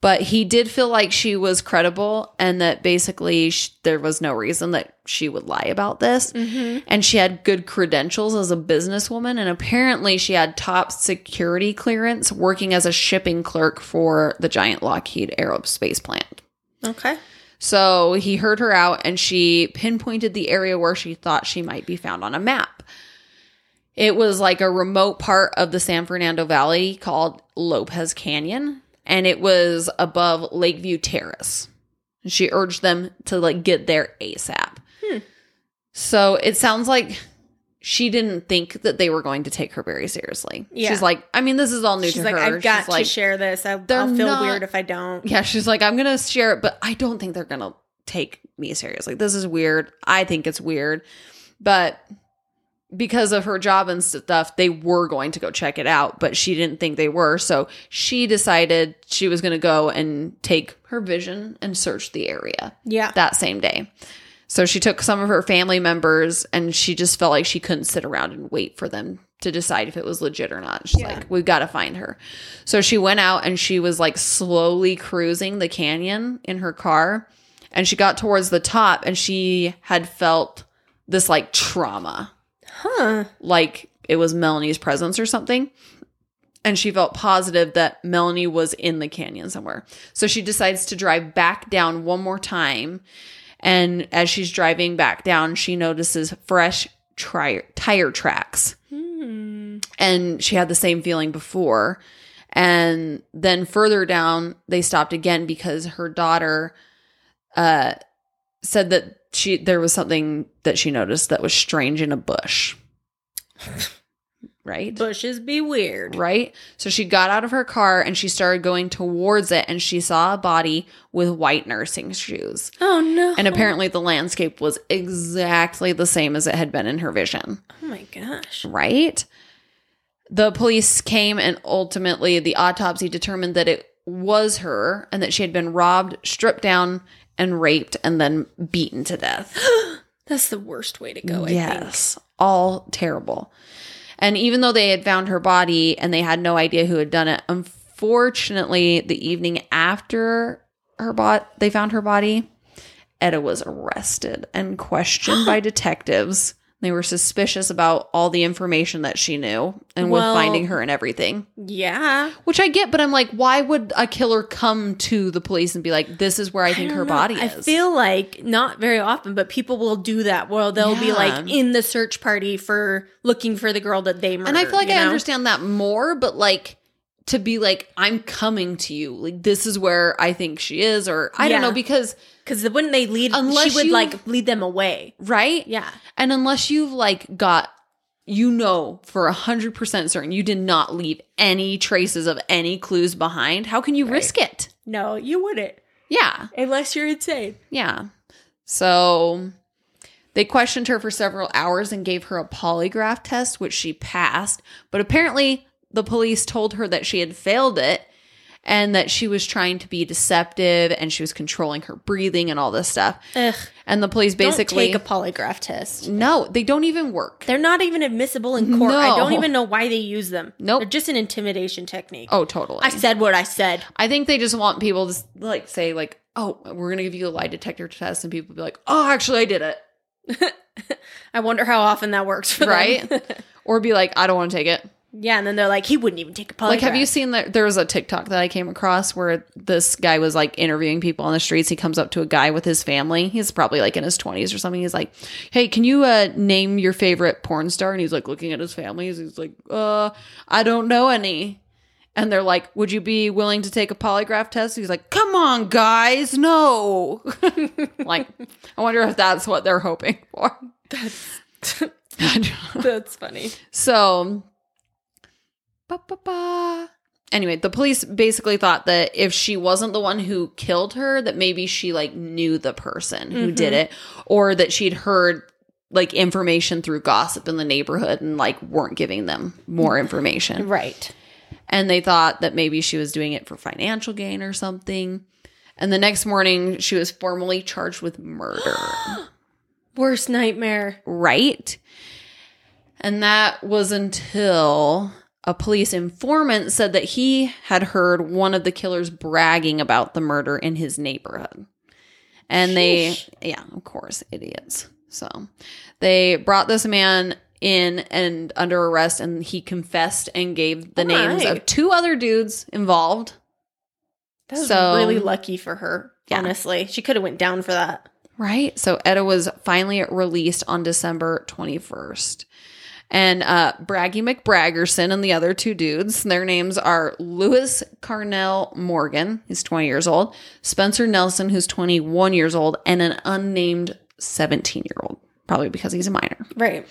but he did feel like she was credible and that basically sh- there was no reason that she would lie about this Mm-hmm. and she had good credentials as a businesswoman and apparently she had top security clearance working as a shipping clerk for the giant lockheed aerospace plant Okay. so he heard her out and she pinpointed the area where she thought she might be found on a map it was like a remote part of the san fernando valley called lopez canyon and it was above lakeview terrace And she urged them to like get there asap Hmm. so it sounds like she didn't think that they were going to take her very seriously. Yeah. She's like, I mean, this is all new She's to like, her. I've got she's like, to share this. I, they're I'll feel not- weird if I don't. yeah, she's like, I'm gonna share it, but I don't think they're gonna take me seriously. This is weird. I think it's weird, but because of her job and stuff, they were going to go check it out, but she didn't think they were. So she decided she was gonna go and take her vision and search the area Yeah. that same day. So she took some of her family members and she just felt like she couldn't sit around and wait for them to decide if it was legit or not. She's Yeah. like, we've got to find her. So she went out and she was like slowly cruising the canyon in her car. And she got towards the top and she had felt this like trauma, Huh. like it was Melanie's presence or something. And she felt positive that Melanie was in the canyon somewhere. So she decides to drive back down one more time. And as she's driving back down, she notices fresh tri- tire tracks. Hmm. And she had the same feeling before. And then further down, they stopped again because her daughter uh, said that she there was something that she noticed that was strange in a bush. right? Bushes be weird. Right? So she got out of her car and she started going towards it and she saw a body with white nursing shoes. Oh no. And apparently the landscape was exactly the same as it had been in her vision. Oh my gosh. Right? The police came and ultimately the autopsy determined that it was her and that she had been robbed, stripped down, and raped and then beaten to death. That's the worst way to go, I yes. All terrible. And even though they had found her body and they had no idea who had done it, unfortunately, the evening after her bot they found her body, Etta was arrested and questioned by detectives. They were suspicious about all the information that she knew and Well- with finding her and everything. think. Yeah. Which I get, but I'm like, why would a killer come to the police and be like, this is where I think don't her know. body I is? feel like not very often, but people will do that. Well, they'll be like Yeah. in the search party for looking for the girl that they murdered. And I feel like you I know? understand that more, but like to be like, I'm coming to you. Like this is where I think she is, or I don't Yeah. know, because because wouldn't they lead? Unless she would you- like lead them away. right? Yeah. And unless you've like got you know for a hundred percent certain you did not leave any traces of any clues behind, how can you risk it? No, you wouldn't Yeah. unless you're insane. Yeah. So they questioned her for several hours and gave her a polygraph test, which she passed. But apparently, the police told her that she had failed it and that she was trying to be deceptive and she was controlling her breathing and all this stuff. Ugh. And the police basically. Don't take a polygraph test. no, they don't even work. They're not even admissible in court. I don't No. even know why they use them. Nope. They're just an intimidation technique. oh, totally. I said what I said. I think they just want people to like say like, "Oh, we're gonna give you a lie detector test," and people be like, "Oh, actually, I did it," I wonder how often that works for them. right? or be like, "I don't want to take it." yeah, and then they're like, he wouldn't even take a polygraph. Like, have you seen that? There was a TikTok that I came across where this guy was like interviewing people on the streets. He comes up to a guy with his family. He's probably like in his 20s or something. He's like, Hey, can you uh, name your favorite porn star? And he's like looking at his family. He's like, Uh, I don't know any. And they're like, Would you be willing to take a polygraph test? He's like, Come on, guys, no. like, I wonder if that's what they're hoping for. That's funny. So, ba, ba, ba. anyway, the police basically thought that if she wasn't the one who killed her, that maybe she like knew the person who did it, or that she'd heard like information through gossip in the neighborhood and like weren't giving them more information. Right. And they thought that maybe she was doing it for financial gain or something. And the next morning, she was formally charged with murder Worst nightmare. right? And that was until a police informant said that he had heard one of the killers bragging about the murder in his neighborhood. And Sheesh. they, yeah, of course, idiots. So they brought this man in and under arrest, and he confessed and gave the All names right. of two other dudes involved. That was So- really lucky for her. Yeah. Honestly, she could have went down for that. Right. So Etta was finally released on December 21st. And uh, Braggy McBraggerson and the other two dudes, their names are Lewis Carnell Morgan, he's 20 years old, Spencer Nelson, who's 21 years old, and an unnamed 17 year old, probably because he's a minor. Right.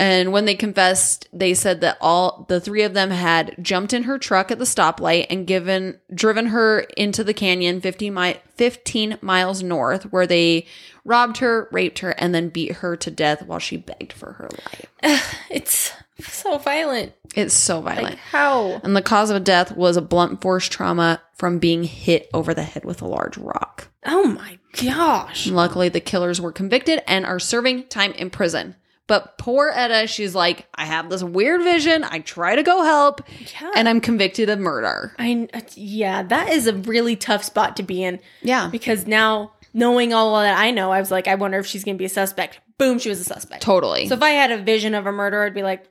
And when they confessed, they said that all the three of them had jumped in her truck at the stoplight and given driven her into the canyon 15, mi- 15 miles north where they robbed her, raped her, and then beat her to death while she begged for her life. It's so violent. It's so violent. Like how? and the cause of death was a blunt force trauma from being hit over the head with a large rock. Oh my gosh. Luckily, the killers were convicted and are serving time in prison. But poor Etta, she's like, I have this weird vision. I try to go help, Yeah. and I'm convicted of murder. I yeah, that is a really tough spot to be in Yeah, because now knowing all that I know, I was like, I wonder if she's gonna be a suspect. Boom, she was a suspect. totally. So if I had a vision of a murder, I'd be like,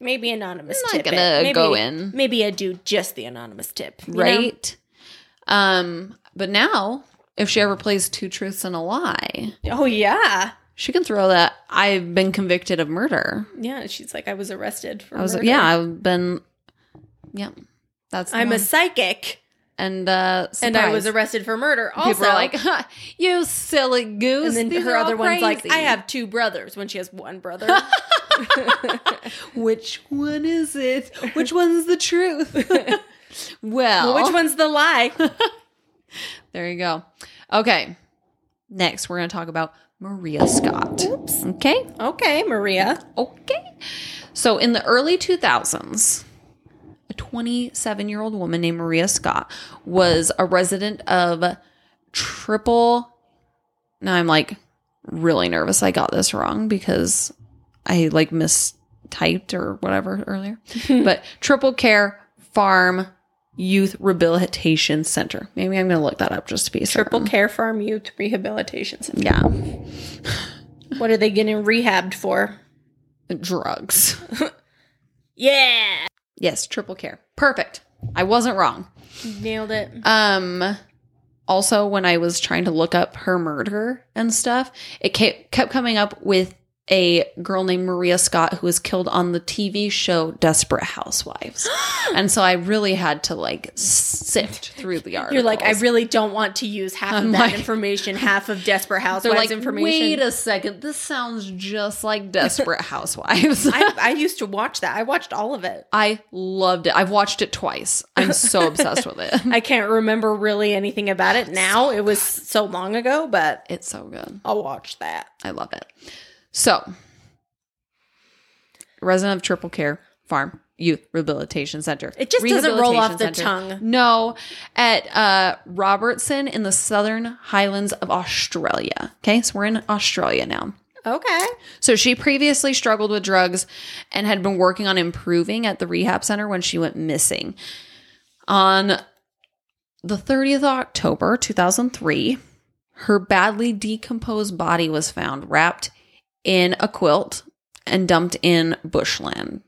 maybe anonymous I'm not tip. it. gonna maybe, go in. Maybe I do just the anonymous tip, you know? right. Um, but now, if she ever plays two truths and a lie, Oh yeah, she can throw that I've been convicted of murder. yeah. She's like, I was arrested for. I was murder. yeah, I've been yeah. That's the I'm a one. psychic, and uh, and I was Um, surprise. arrested for murder. Also, People are like, "Ha, you silly goose. and then These her are all other one's like, crazy." I have two brothers when she has one brother. Which one is it? Which one's the truth? well, Which one's the lie? There you go. Okay. Next, we're going to talk about Maria Scott. Oops. Okay. okay, Maria. Okay. So, in the early 2000s, a 27 year old woman named Maria Scott was a resident of Triple. Now I'm like really nervous I got this wrong because I like mistyped or whatever earlier. but Triple Care Farm Youth Rehabilitation Center. Maybe I'm going to look that up just to be Triple certain. Care Farm Youth Rehabilitation Center. Yeah. What are they getting rehabbed for? Drugs. Yeah. Yes, Triple Care. Perfect. I wasn't wrong. Nailed it. Um also when I was trying to look up her murder and stuff, it kept kept coming up with a girl named Maria Scott who was killed on the TV show Desperate Housewives. and so I really had to like sift through the articles. You're like, I really don't want to use half I'm of that like- information, half of Desperate They're Housewives like, information. wait a second, this sounds just like Desperate Housewives. I, I used to watch that. I watched all of it. I loved it. I've watched it twice. I'm so obsessed with it. I can't remember really anything about it now. It was so long ago, but It's so good. I'll watch that. I love it. So, resident of Triple Care Farm Youth Rehabilitation Center. It just doesn't roll off the Rehabilitation tongue. No, at uh, Robertson in the Southern Highlands of Australia. Okay, so we're in Australia now. Okay. So she previously struggled with drugs and had been working on improving at the rehab center when she went missing. On the 30th of October 2003, her badly decomposed body was found wrapped in a quilt and dumped in bushland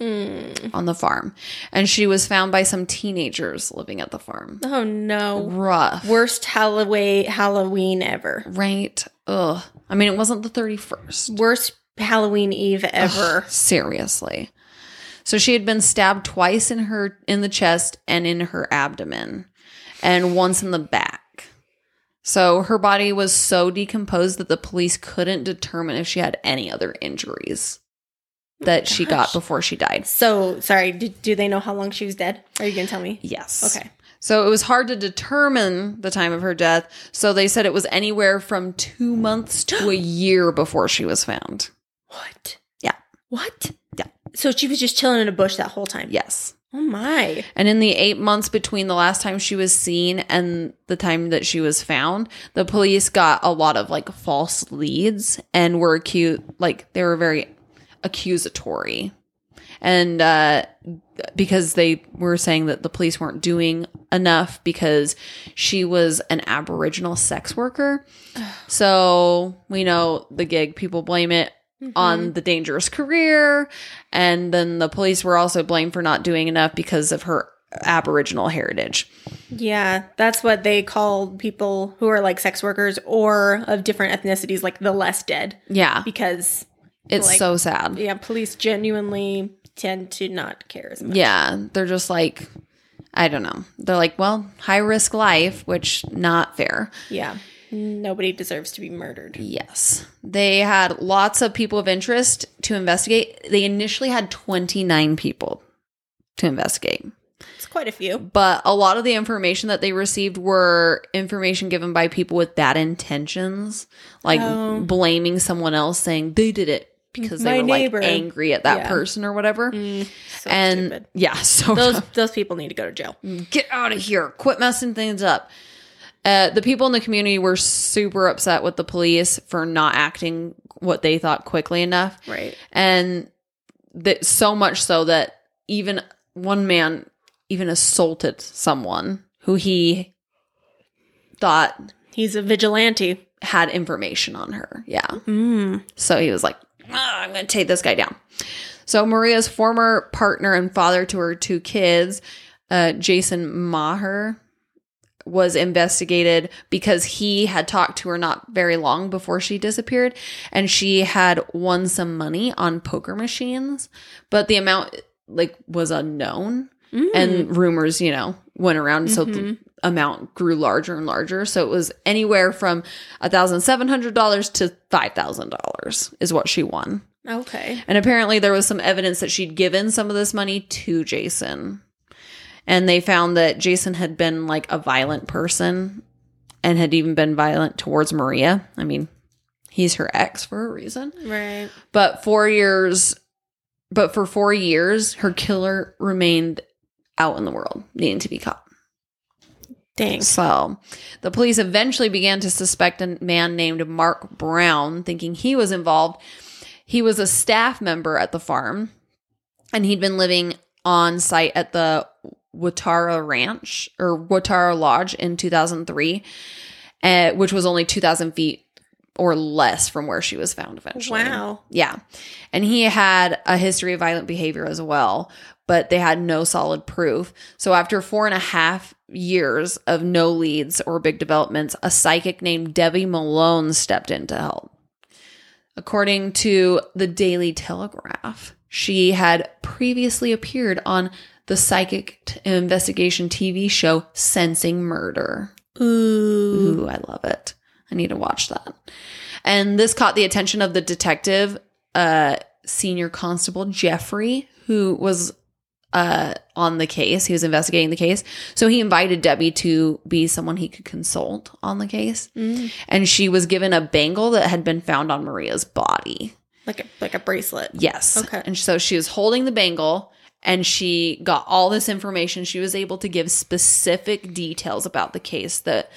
Mm. on the farm. And she was found by some teenagers living at the farm. Oh no. Rough. Worst Halloween Halloween ever. Right. Ugh. I mean, it wasn't the 31st. Worst Halloween Eve ever. Ugh, seriously. So she had been stabbed twice in her in the chest and in her abdomen and once in the back. So her body was so decomposed that the police couldn't determine if she had any other injuries that she got Oh gosh. before she died. So sorry. Do, do they know how long she was dead? Are you gonna tell me? Yes. Okay. So it was hard to determine the time of her death. So they said it was anywhere from 2 months to a year before she was found. What? Yeah. What? Yeah. So she was just chilling in a bush that whole time. Yes. Oh my. And in the eight months between the last time she was seen and the time that she was found, the police got a lot of like false leads and were acute, like they were very accusatory. And uh, because they were saying that the police weren't doing enough because she was an Aboriginal sex worker. so we know the gig, people blame it on the dangerous career. And then the police were also blamed for not doing enough because of her Aboriginal heritage. Yeah, that's what they call people who are like sex workers or of different ethnicities, like the less dead, Yeah. because It's like- so sad. yeah, police genuinely tend to not care as much. Yeah. They're just like, I don't know. They're like, well, high risk life, which not fair. Yeah, nobody deserves to be murdered. Yes. They had lots of people of interest to investigate. They initially had 29 people to investigate. It's quite a few. but a lot of the information that they received were information given by people with bad intentions, like Oh. blaming someone else, saying they did it because they My were neighbor. like angry at that Yeah. Mm, person or whatever. So and stupid. yeah, so Those Mm, those people need to go to jail. get out of here, quit messing things up. Uh, the people in the community were super upset with the police for not acting what they thought quickly enough Right. and that so much so that even one man even assaulted someone who he thought He's a vigilante. had information on her. Yeah. Mm. So he was like, "Ah, I'm going to take this guy down. So Maria's former partner and father to her two kids, uh, Jason Maher, was investigated because he had talked to her not very long before she disappeared, and she had won some money on poker machines, but the amount like was unknown. and rumors, you know, went around. So the Mhm. amount grew larger and larger. So it was anywhere from $1,700 to $5,000 is what she won. okay. And apparently, there was some evidence that she'd given some of this money to Jason. And they found that Jason had been like a violent person and had even been violent towards Maria. I mean, he's her ex for a reason. Right. But four years, but for four years, her killer remained out in the world, needing to be caught. Dang. So the police eventually began to suspect a man named Mark Brown, thinking he was involved. He was a staff member at the farm and he'd been living on site at the Watara Ranch or Watara Lodge in 2003, uh, which was only 2,000 feet or less from where she was found eventually. Wow. Yeah. And he had a history of violent behavior as well, but they had no solid proof. So after four and a half years of no leads or big developments, a psychic named Debbie Malone stepped in to help. According to the Daily Telegraph, she had previously appeared on the psychic t- investigation TV show Sensing Murder. Ooh. Ooh, I love it. I need to watch that. And this caught the attention of the detective, uh, senior constable Jeffrey, who was uh, on the case. He was investigating the case. So he invited Debbie to be someone he could consult on the case. Mm. And she was given a bangle that had been found on Maria's body. Like a like a bracelet. Yes. Okay. And so she was holding the bangle and she got all this information. She was able to give specific details about the case that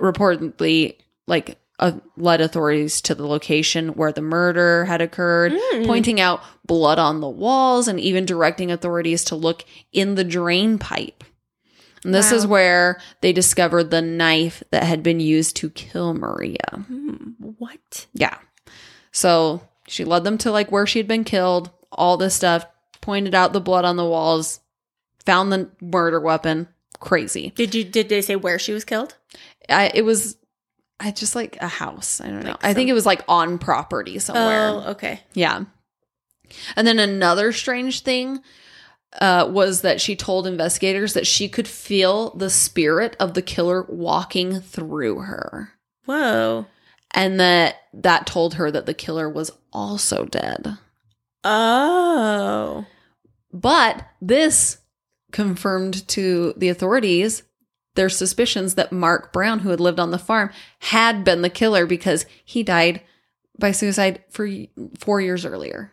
reportedly like uh, led authorities to the location where the murder had occurred, Mm. pointing out blood on the walls and even directing authorities to look in the drain pipe. And this Wow. is where they discovered the knife that had been used to kill Maria. Mm. What? Yeah. So she led them to like where she had been killed, all this stuff, pointed out the blood on the walls, found the murder weapon. Crazy. Did you did they say where she was killed? I, it was I just like a house. I don't know. Like I think some- it was like on property somewhere. Oh, okay. Yeah. And then another strange thing uh, was that she told investigators that she could feel the spirit of the killer walking through her. Whoa. And that that told her that the killer was also dead. Oh. But this confirmed to the authorities their suspicions that Mark Brown, who had lived on the farm, had been the killer because he died by suicide for y- four years earlier.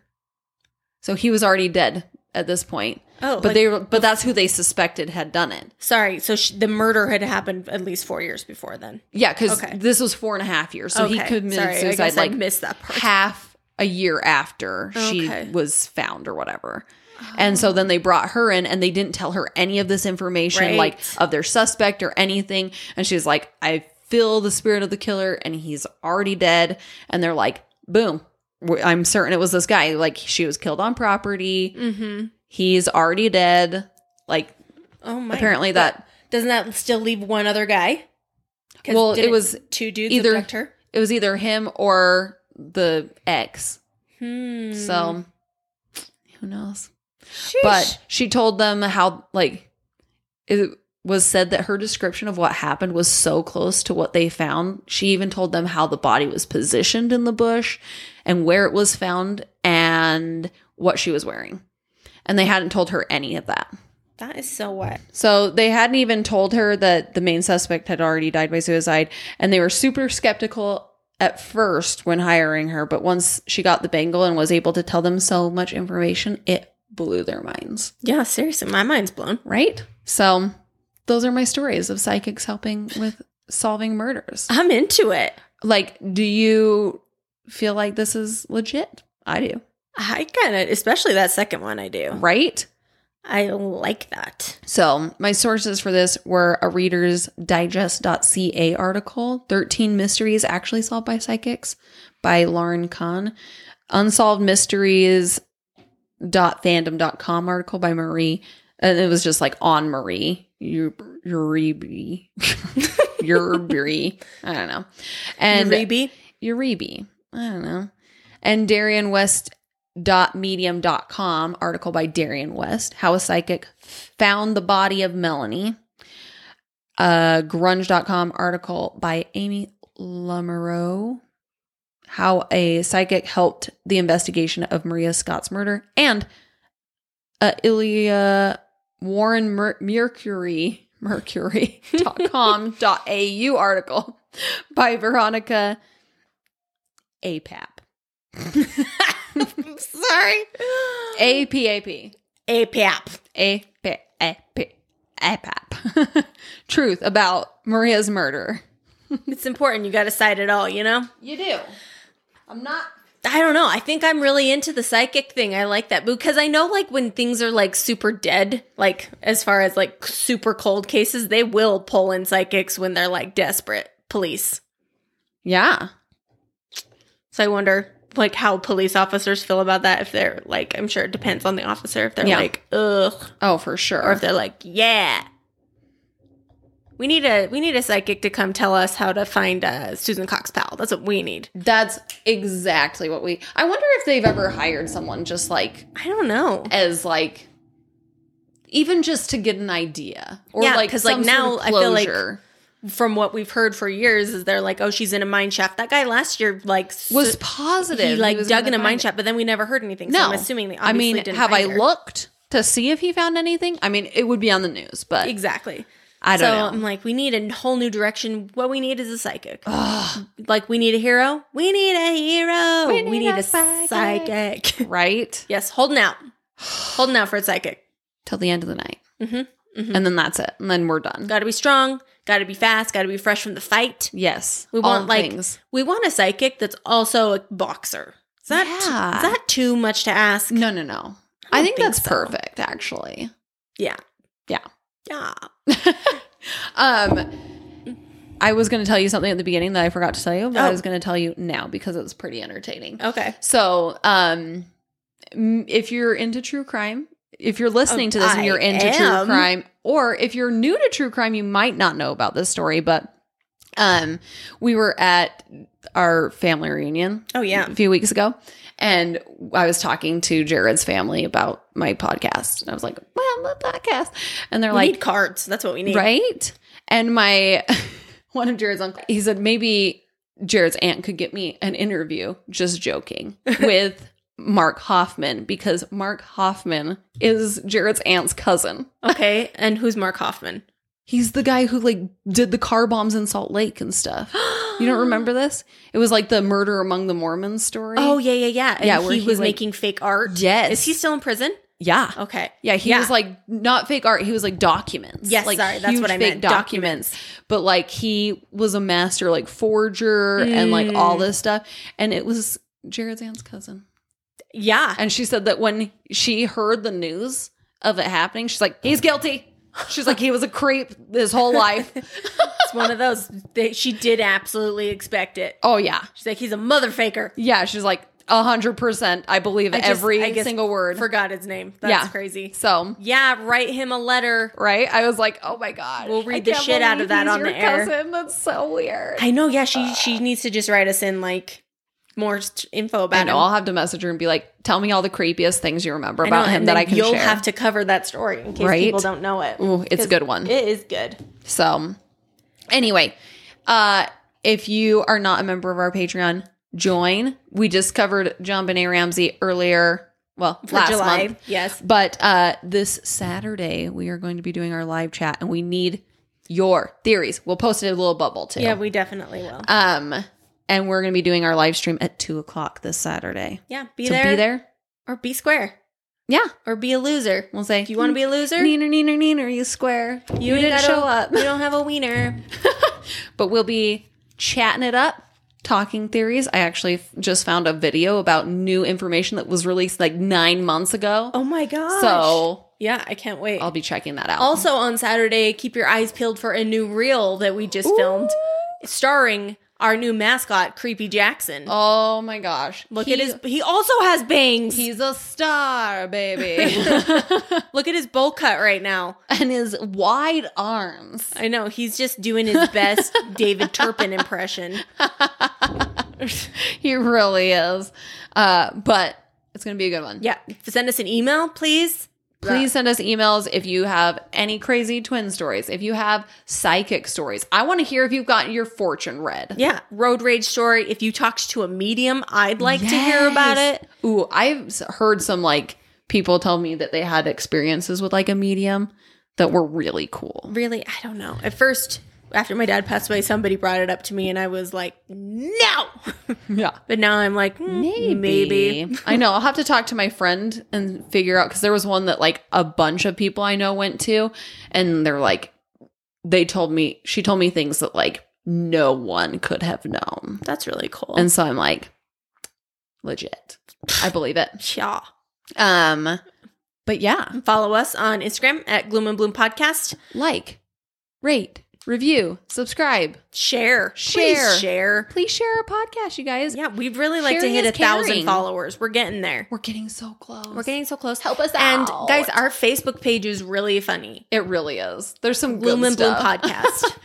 So he was already dead at this point. Oh, But they were, but that's who they suspected had done it. Sorry. So sh the murder had happened at least four years before then. Yeah, because Okay. this was four and a half years. So he Okay. committed Sorry, I suicide guess I like missed that part. half a year after Okay. she was found or whatever. And so then they brought her in and they didn't tell her any of this information, Right. like of their suspect or anything. And she's like, I feel the spirit of the killer and he's already dead. And they're like, boom, We're- I'm certain it was this guy. Like, she was killed on property. Mm-hmm. He's already dead. Like, Oh my. apparently that doesn't that still leave one other guy? 'Cause Well, it didn't was two dudes either- abduct her. it was either him or the ex. Hmm. So Mm. who knows? Sheesh. but she told them how like it was said that her description of what happened was so close to what they found she even told them how the body was positioned in the bush and where it was found and what she was wearing and they hadn't told her any of that that is so what. so they hadn't even told her that the main suspect had already died by suicide, and they were super skeptical at first when hiring her, but once she got the bangle and was able to tell them so much information, it blew their minds, Yeah, seriously, my mind's blown. right? So those are my stories of psychics helping with solving murders. I'm into it. Like, do you feel like this is legit? I do. I kind of, especially that second one, I do. Right? I like that. So, my sources for this were a Reader's Digest.ca article, 13 Mysteries Actually Solved by Psychics by Lauren Kahn, Unsolved Mysteries fandom.com article by Marie and it was just like on Marie Uribe Uribe I don't know and Ruby, Uribe I don't know and Darian West medium.com article by Darian West, How a Psychic Found the Body of Melanie. Uh, grunge.com article by Amy Lamoureux, How a Psychic Helped the Investigation of Maria Scott's Murder. And uh, Ilya Warren Mer- Mercury, mercury.com.au article by Veronica APAP. Sorry. APAP. APAP. APAP. APAP. Truth about Maria's murder. It's important. You got to cite it all, you know? You do. I'm not. I don't know. I think I'm really into the psychic thing. I like that because I know, like, when things are like super dead, like, as far as like super cold cases, they will pull in psychics when they're like desperate police. Yeah. So I wonder, like, how police officers feel about that. If they're like, I'm sure it depends on the officer. If they're Yeah. like, ugh, Oh, for sure. or if they're like, yeah, we need a we need a psychic to come tell us how to find uh, Susan Cox Powell. That's what we need. That's exactly what we. I wonder if they've ever hired someone just like I don't know. as like even just to get an idea or Yeah, like 'cause, like, some now sort of I feel like- closure. From what we've heard for years, is they're like, oh, she's in a mine shaft. That guy last year, like, s- was positive he like was dug in gonna a find mine it. shaft, but then we never heard anything. So No, I'm assuming they I obviously mean, didn't have find I her. looked to see if he found anything? I mean, it would be on the news, but exactly? I so don't know. I'm like, we need a whole new direction. What we need is a psychic. Uh, Like, we need a hero. We need a hero. We We need need, a a, psychic. psychic. right yes, holding out, holding out for a psychic. till the end of the night, Mhm, mhm. and then that's it, and then we're done. Got to be strong. Got to be fast. Got to be fresh from the fight. Yes, We all want, like- things. We want a psychic that's also a boxer. Is that Yeah. Mm. is that too much to ask? no, no, no. I, think, think that's so. perfect, actually. Yeah. um, I was going to tell you something at the beginning that I forgot to tell you, but I Oh. was going to tell you now because it's pretty entertaining. Okay. So, um, m- if you're into true crime, if you're listening to this and Um, I you're into true am. crime, or if you're new to true crime, you might not know about this story, but um, we were at our family reunion Oh yeah. a few weeks ago, and I was talking to Jared's family about my podcast, and I was like, "Well, my podcast," and they're We like, need cards. That's what we need. Right? And my one of Jared's uncle, he said maybe Jared's aunt could get me an interview, just joking, with Mark Hoffman because Mark Hoffman is Jared's aunt's cousin. Okay. And who's Mark Hoffman? He's the guy who like did the car bombs in Salt Lake and stuff. You don't remember this? It was like the murder among the Mormons story. Oh yeah, yeah, yeah. And Yeah, where he he, was like- making fake art. Yes. Is he still in prison? yeah. Okay. Yeah, he Yeah. was like not fake art. He was like documents. Yes, like, sorry, that's huge what I fake meant, Documents. but like he was a master like forger and like all Mm. this stuff. And it was Jared's aunt's cousin, Yeah. and she said that when she heard the news of it happening, she's like, "He's guilty." She's like, "He was a creep his whole life." It's one of those. They, she did absolutely expect it. oh yeah, She's like, he's a mother faker. yeah. She's like, hundred percent. I believe I just- every I guess single word. Forgot his name. That's Yeah. crazy. so Yeah. Write him a letter. right, I was like, "Oh my god, We'll read I the can't shit out of believe that he's on your the air. Cousin. That's so weird. I know. Yeah, she she needs to just write us in like more st- info about I know. him. I'll have to message her and be like, "Tell me all the creepiest things you remember I know, about him and that then Mm-hmm. I can You'll share." have to cover that story in case Right? people don't know it. Ooh, it's a 'Cause good one. It is good. so, anyway, uh, if you are not a member of our Patreon, join. We just covered John Benet Ramsey earlier. Well, For last July. month, Yes. but uh, this Saturday we are going to be doing our live chat, and we need your theories. We'll post it in a little bubble too. Yeah, we definitely will. Um, and we're going to be doing our live stream at two o'clock this Saturday. yeah. Be so there. be there. Or be square. Yeah, Or be a loser. we'll say If you want to be a loser, Neener, neener, neener, you square. You, ain't didn't got a- show up. You don't have a wiener. But we'll be chatting it up, talking theories. I actually f- just found a video about new information that was released like nine months ago. Oh my gosh. so yeah, I can't wait. I'll be checking that out. also on Saturday, keep your eyes peeled for a new reel that we just filmed starring our new mascot, Creepy Jackson. oh my gosh. Look He- at his he also has bangs. He's a star, baby. Look at his bowl cut right now. and his wide arms. I know he's just doing his best David Turpin impression. He really is. Uh, but It's going to be a good one. Yeah. Send us an email, please. Please send us emails if you have any crazy twin stories, if you have psychic stories. I want to hear if you've got your fortune read. Yeah. Road rage story. If you talked to a medium, I'd like to hear about Yes. it. Ooh, I've s- heard some like people tell me that they had experiences with like a medium that were really cool. Really, I don't know. At first, after my dad passed away, somebody brought it up to me and I was like, no. Yeah. but now I'm like, mm, maybe. I know. I'll have to talk to my friend and figure out because there was one that like a bunch of people I know went to, and they're like, they told me, she told me things that like no one could have known. That's really cool. And so I'm like, legit. I believe it. yeah. Um, but yeah, Follow us on Instagram at Gloom and Bloom Podcast. like, rate, review, subscribe. Share. Share. Please share. Please share our podcast, you guys. Yeah, we'd really like Sharing to hit is a thousand caring. followers. We're getting there. We're getting so close. We're getting so close. help us And out. guys, our Facebook page is really funny. it really is. There's some Gloom good and Bloom stuff. Podcast.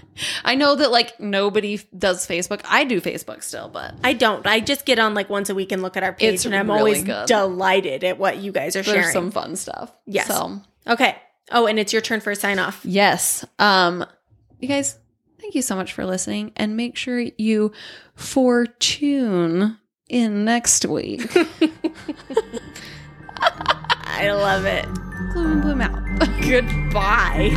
I know that like nobody f- does Facebook. I do Facebook still, but I don't. I just get on like once a week and look at our page, It's and I'm really always good. delighted at what you guys are there's sharing. some fun stuff. Yes. So okay. Oh, and it's your turn for a sign off. yes. Um, you guys, thank you so much for listening, and make sure you fortune in next week. I love it. Gloom and bloom out. Goodbye.